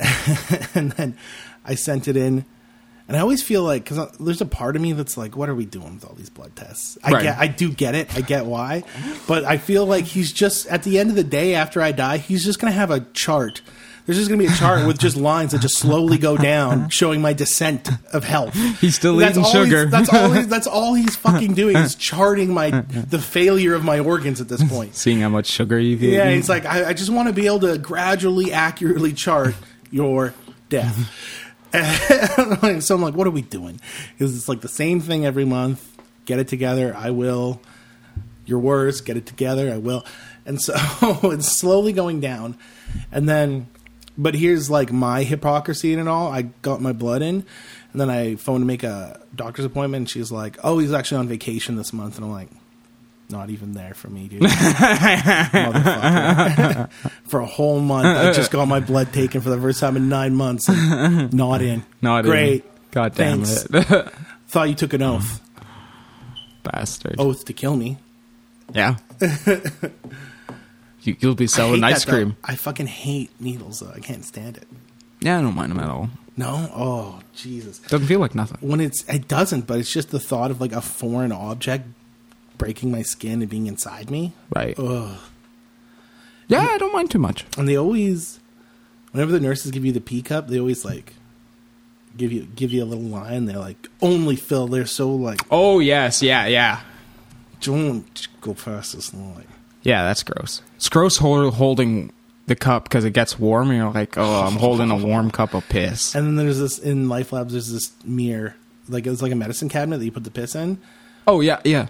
and then I sent it in. And I always feel like because there's a part of me that's like, what are we doing with all these blood tests? I
Right.
get, I do get it, I get why, but I feel like he's just at the end of the day after I die, he's just gonna have a chart. There's just gonna be a chart with just lines that just slowly go down, showing my descent of health.
He's still
That's
eating
all he's-
sugar.
That's all. He's, that's all he's fucking doing is charting my the failure of my organs at this point.
Seeing how much sugar you've eaten.
Yeah, he's like, I, I just want to be able to gradually, accurately chart your death. And so I'm like, what are we doing? Because it's like the same thing every month. Get it together. I will. You're worse. Get it together. I will. And so it's slowly going down. And then, but here's like my hypocrisy in it all. I got my blood in, and then I phoned to make a doctor's appointment. And she's like, oh, he's actually on vacation this month. And I'm like, not even there for me, dude. Motherfucker. for a whole month, I just got my blood taken for the first time in nine months. and Not in.
Not in.
Great.
God damn
Thanks.
it.
Thought you took an oath.
Bastard.
Oath to kill me.
Yeah. you, you'll be
I hate
selling
that,
Oh, ice
though.
cream.
I fucking hate needles, though. I can't stand it.
Yeah, I don't mind them at all.
No? Oh, Jesus.
Doesn't feel like nothing.
When it's, it doesn't, but it's just the thought of like a foreign object breaking my skin and being inside me.
Right.
Ugh.
Yeah, I don't mind too much.
and they always whenever the nurses give you the pee cup they always like give you give you a little line they're like only fill they're so like
Oh yes, yeah, yeah,
don't go past this line
yeah. That's gross. It's gross hol- holding the cup because it gets warm, and you're like, oh, I'm holding a warm cup of piss.
and then there's this in life labs there's this mirror like it's like a medicine cabinet that you put the piss in
Oh yeah, yeah.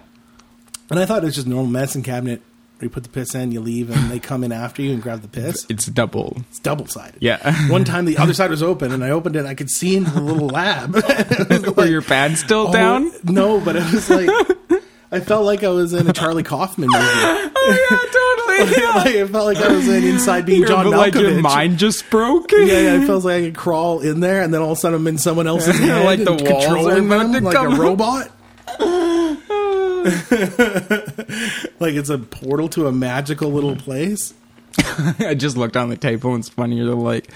and i thought it was just normal medicine cabinet where you put the piss in you leave and they come in after you and grab the piss
It's double.
it's double sided
Yeah.
one time the other side was open and i opened it and i could see into the little lab It was
Were
like-
your pants still
Oh,
down?
No, but it was like I felt like I was in a Charlie Kaufman movie.
Oh yeah, totally.
like, I felt like I was in Inside Being
Your-
John
like your
Malkovich.
mind just broke.
Yeah, yeah, it feels like I could crawl in there, and then all of a sudden I'm in someone else's head,
Like the
and
walls are
controlling
about to
them like
come
a
up.
robot. like it's a portal to a magical little place.
I just looked on the table and it's funny. You're like,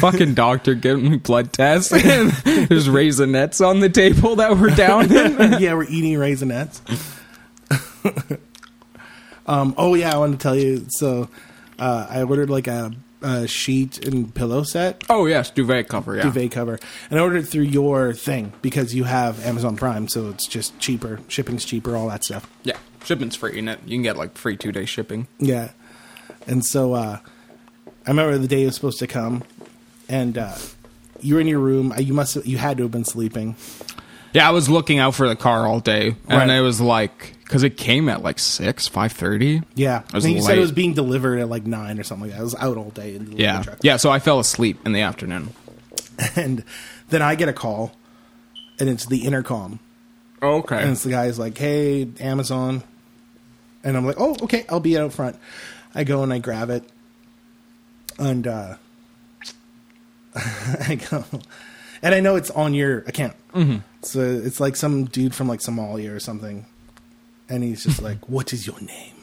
fucking doctor, giving me blood tests. And there's raisinets on the table that were down.
yeah, we're eating raisinets. um, oh yeah, I wanted to tell you. So uh, I ordered like a uh, sheet and pillow set
Oh yes, duvet cover. Yeah.
duvet cover, and I ordered it through your thing because you have Amazon Prime, so it's just cheaper. Shipping's cheaper, all that stuff.
Yeah. Shipment's free in it. You can get like free two day shipping.
Yeah. And so uh, I remember the day it was supposed to come, and uh, you were in your room. Uh, You must you had to have been sleeping.
Yeah, I was looking out for the car all day,
Right.
and it was like because it came at like six, five thirty.
Yeah,
I was
and you said
late.
it was being delivered at like nine or something like that. It was out all day. In the delivery
Yeah,
truck.
yeah. So I fell asleep in the afternoon.
And then I get a call, and it's the intercom,
Okay.
and it's the guy's like, "Hey, Amazon," and I'm like, "Oh, okay, I'll be out front." I go and I grab it, and uh, I go, and I know it's on your account, mm-hmm. so it's like some dude from like Somalia or something, and he's just like, "What is your name?"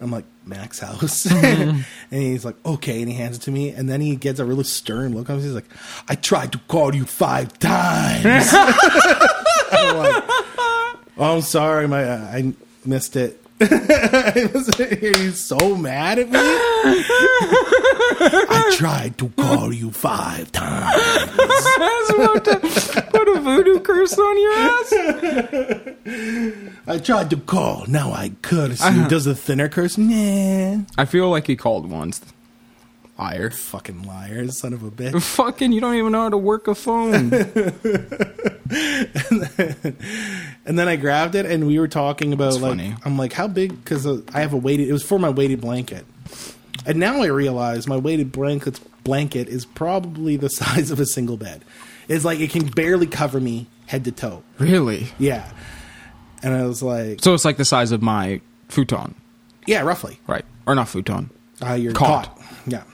I'm like Max House, and he's like, "Okay," and he hands it to me, and then he gets a really stern look on his. He's like, "I tried to call you five times." I'm like, "Oh, I'm sorry, my uh, I missed it." I was- He's so mad at me. I tried to call you five times.
I was about to put a voodoo curse on your ass.
I tried to call. Now I curse you. Does the thinner curse? Nah.
I feel like he called once. Liar.
Fucking liar, son of a bitch.
Fucking, you don't even know how to work a phone.
And then I grabbed it, and we were talking about like
funny.
I'm like, how big? Because I have a weighted. It was for my weighted blanket, and now I realize my weighted blanket's blanket is probably the size of a single bed. It's like it can barely cover me head to toe.
really?
Yeah, and I was like,
So it's like the size of my futon,
yeah, roughly.
right? Or not futon,
Uh, you're
Caught.
caught. Yeah,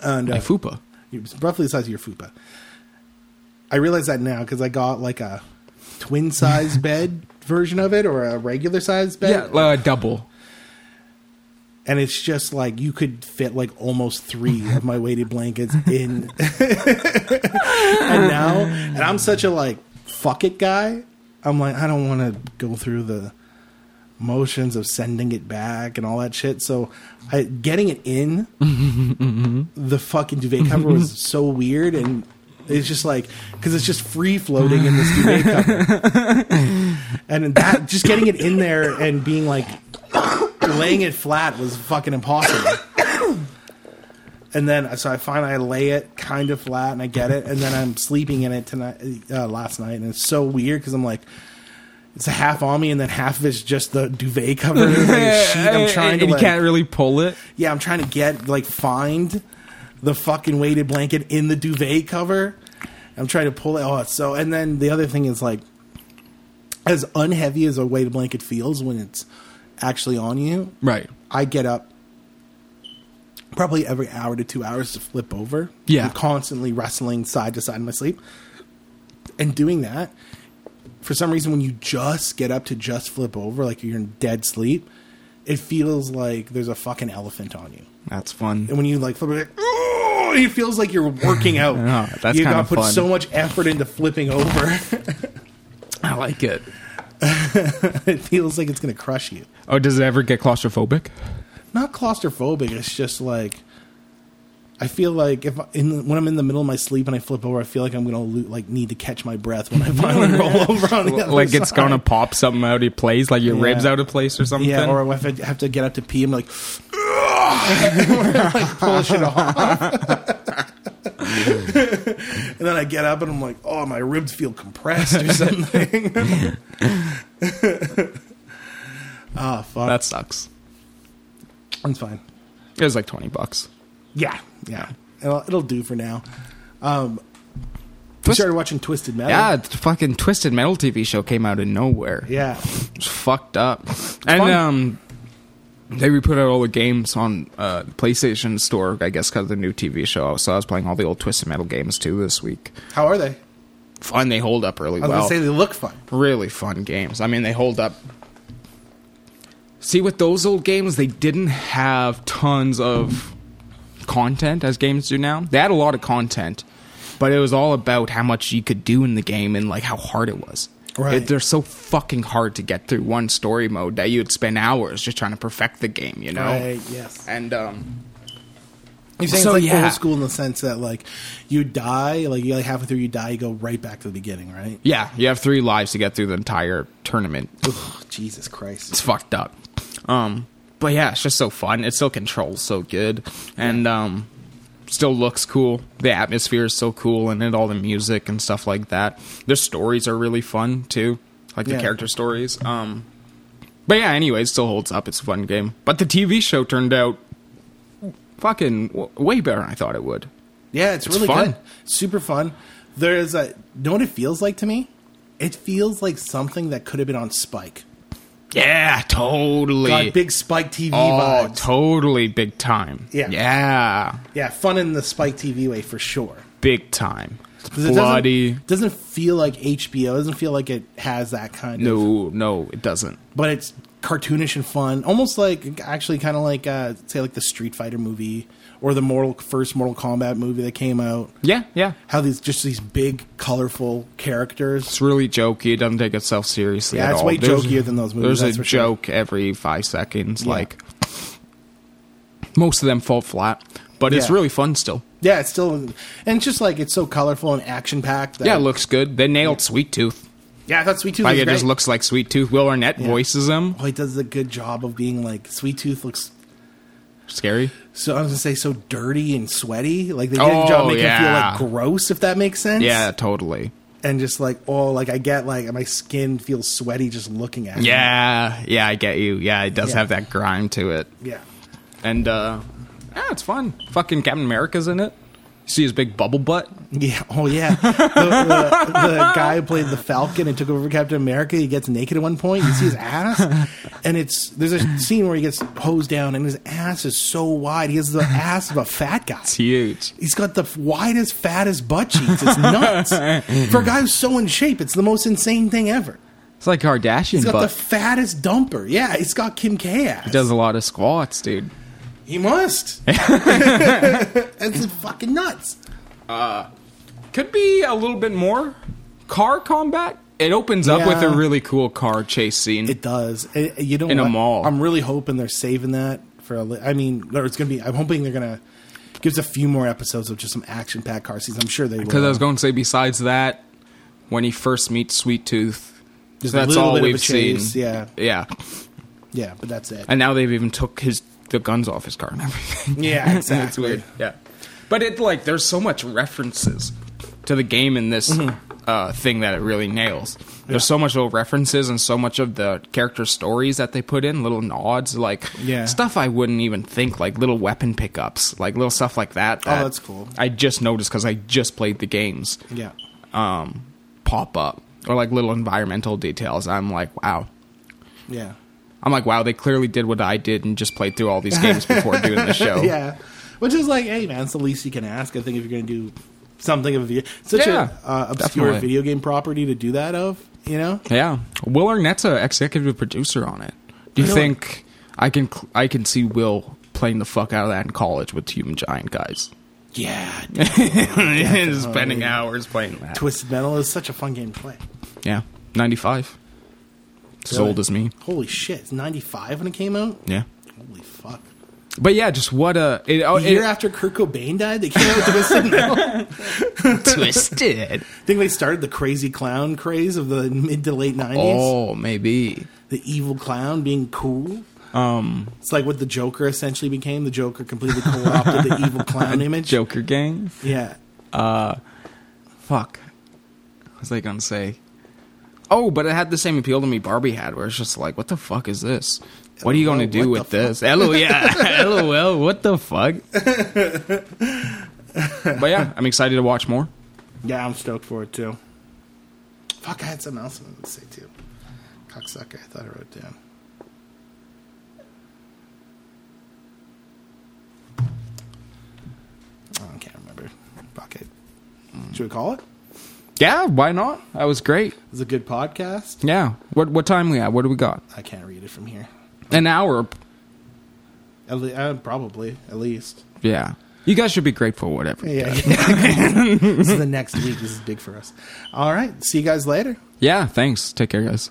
and
my
uh,
fupa.
it's roughly the size of your fupa. I realize that now because I got like a twin size bed version of it or a regular size bed.
Yeah, uh, double.
and it's just like you could fit like almost three of my weighted blankets in. and now, and I'm such a like fuck it guy. I'm like I don't want to go through the motions of sending it back and all that shit. So, I, getting it in the fucking duvet cover
Mm-hmm.
was so weird and. It's just like because it's just free floating in this duvet cover, and that just getting it in there and being like laying it flat was fucking impossible. and then, so I finally I lay it kind of flat, and I get it, and then I'm sleeping in it tonight, uh, last night, and it's so weird because I'm like, it's half on me, and then half of it's just the duvet cover, like a sheet. I'm trying
and
to
you
like,
can't really pull it.
yeah, I'm trying to get like find the fucking weighted blanket in the duvet cover. I'm trying to pull it. Oh, it's so and then the other thing is like as unheavy as a weighted blanket feels when it's actually on you,
Right.
I get up probably every hour to two hours to flip over.
Yeah.
I'm constantly wrestling side to side in my sleep. And doing that, for some reason, when you just get up to just flip over, like you're in dead sleep, it feels like there's a fucking elephant on you.
That's fun.
And when you like flip over, like, "Ooh," it feels like you're working out.
Yeah, Oh, that's
you
kinda
gotta put
fun.
so much effort into flipping over.
I like it.
it feels like it's going to crush you.
Oh, does it ever get claustrophobic?
not claustrophobic. It's just like I feel like if in the, when I'm in the middle of my sleep and I flip over, I feel like I'm gonna lo- like need to catch my breath when I finally roll over on the other
Like it's
side.
gonna pop something out of place, like your
Yeah.
ribs out of place or something.
yeah, or if I have to get up to pee, I'm like. like pull shit off, and then I get up and I'm like, "Oh, my ribs feel compressed or something." Ah, fuck,
that sucks.
that's fine.
It was like twenty bucks.
Yeah, yeah, it'll, it'll do for now. Um, we
Twist-
started watching Twisted Metal.
Yeah, the fucking Twisted Metal TV show came out of nowhere.
yeah,
It's fucked up. And
fun.
um they re put out all the games on uh PlayStation Store, I guess, because of the new TV show. So I was playing all the old Twisted Metal games too this week.
How are they?
Fun, they hold up really
I was
well.
gonna say they look fun.
really fun games. I mean, they hold up. See, with those old games, they didn't have tons of content as games do now. They had a lot of content, but it was all about how much you could do in the game and like how hard it was.
Right.
It- they're so fucking hard to get through one story mode that you'd spend hours just trying to perfect the game, you know?
Right, yes.
And um
You're saying
So,
it's like
yeah.
old school in the sense that like you die, like you like halfway through you die, you go right back to the beginning, right?
Yeah, you have three lives to get through the entire tournament.
Ugh, Jesus Christ.
It's fucked up. Um, but yeah, it's just so fun. It still controls so good, and um, still looks cool. The atmosphere is so cool, and then all the music and stuff like that. Their stories are really fun too, like the
Yeah.
character stories. Um, but yeah, anyway, it still holds up. It's a fun game. But the TV show turned out fucking w- way better than I thought it would.
Yeah, it's, really
fun.
good. Super fun. There's a know what it feels like to me? It feels like something that could have been on Spike.
Yeah, totally.
Got big Spike TV
oh,
vibes.
totally big time.
Yeah.
yeah,
yeah, fun in the Spike TV way for sure.
big time.
'Cause it doesn't-
Bloody.
doesn't, feel like HBO. It doesn't feel like it has that kind of
No, no, it doesn't.
but it's cartoonish and fun, almost like actually kind of like uh, say like the Street Fighter movie or the Mortal first Mortal Kombat movie that came out.
Yeah, yeah.
How these just these big colorful characters.
It's really jokey. It doesn't take itself seriously
Yeah,
at
it's
all.
way jokier than those
There's
movies, that's
a
for sure.
joke every five seconds.
Yeah.
Like most of them fall flat, but it's
Yeah.
really fun still.
Yeah, it's still and it's just like it's so colorful and action packed.
Yeah, it looks good. They nailed Sweet Tooth.
yeah, that's Sweet Tooth.
Like
is
it
great.
just looks like Sweet Tooth. Will Arnett voices him.
Oh, he does a good job of being like Sweet Tooth looks.
Scary.
So I was gonna say so dirty and sweaty. Like they did a
Oh,
good job making
yeah.
him feel like gross, if that makes sense.
Yeah, totally.
and just like oh, like I get like my skin feels sweaty just looking at. him.
Yeah, yeah, I get you. Yeah, it does
Yeah.
have that grime to it.
yeah.
And uh yeah, it's fun. Fucking Captain America's in it. You see his big bubble butt?
Yeah. Oh, yeah. The, the, the guy who played the Falcon and took over Captain America. He gets naked at one point. You see his ass, and it's there's a scene where he gets hosed down, and his ass is so wide. He has the ass of a fat guy.
It's huge.
He's got the widest, fattest butt cheeks. It's nuts for a guy who's so in shape. It's the most insane thing ever.
It's like Kardashian
He's got
butt.
the fattest dumper. Yeah, he's got Kim K ass.
does a lot of squats, dude.
He must. That's fucking nuts.
Could be a little bit more car combat. It opens up with a
Yeah.
really cool car chase scene.
It does. It, you don't
In a mall.
I'm really hoping they're saving that for. A li- I mean, or it's gonna be. I'm hoping they're gonna gives a few more episodes of just some action packed car scenes. I'm sure they will.
Because I was going to say, besides that, when he first meets Sweet Tooth,
There's a
that's
little
all
bit of a
we've seen.
chase, yeah.
yeah,
yeah, but that's it.
and now they've even took his the guns off his car and everything.
yeah,
That's
exactly.
weird. Yeah, but it like there's so much references to the game in this
Mm-hmm.
uh, thing that it really nails. There's so much little references and so much of the character stories that they put in, little nods, like
Yeah.
stuff I wouldn't even think, like little weapon pickups, like little stuff like that.
Oh,
that
that's cool.
I just noticed because I just played the games
Yeah,
pop up or like little environmental details. I'm like, wow.
yeah,
I'm like, wow, they clearly did what I did and just played through all these games before doing the show.
yeah. Which is like, hey man, it's the least you can ask. I think if you're gonna do something of a video, such
Yeah,
a uh, obscure
definitely.
video game property to do that of, you know?
Yeah, Will Arnett's an executive producer on it. Do you
Really?
think I can I can see Will playing the fuck out of that in college with Human Giant guys?
Yeah,
Spending
Oh,
hours playing that.
Twisted Metal is such a fun game to play.
Yeah, ninety five. It's as
Really?
old as me.
Holy shit, it's 95 when it came out.
Yeah,
Holy fuck.
but yeah, just what a it, oh,
A year
it,
after Kurt Cobain died, they came out with Twisted Metal. I
twisted.
think they started the crazy clown craze of the mid to late 90s.
Oh, maybe.
The evil clown being cool.
Um,
It's like what the Joker essentially became. The Joker completely co opted the evil clown image.
Joker gang.
Yeah.
Fuck. What was I gonna say? Oh, but it had the same appeal to me Barbie had, where it's just like, what the fuck is this? What are you gonna
LOL,
do
what
with
the
this? LOL, yeah. LOL, what the fuck? but yeah, I'm excited to watch more.
Yeah, I'm stoked for it too. Fuck, I had something else I wanted to say too. Cocksucker, I thought I wrote down. Oh, I can't remember. Fuck it. Should we call it?
Yeah, why not? That was great.
It's a good podcast.
Yeah. What what time we at? What do we got?
I can't read it from here.
An hour.
At le- uh, probably, at least.
Yeah. You guys should be grateful, whatever.
Yeah. this is the next week. This is big for us. All right. See you guys later.
Yeah, thanks. Take care, guys.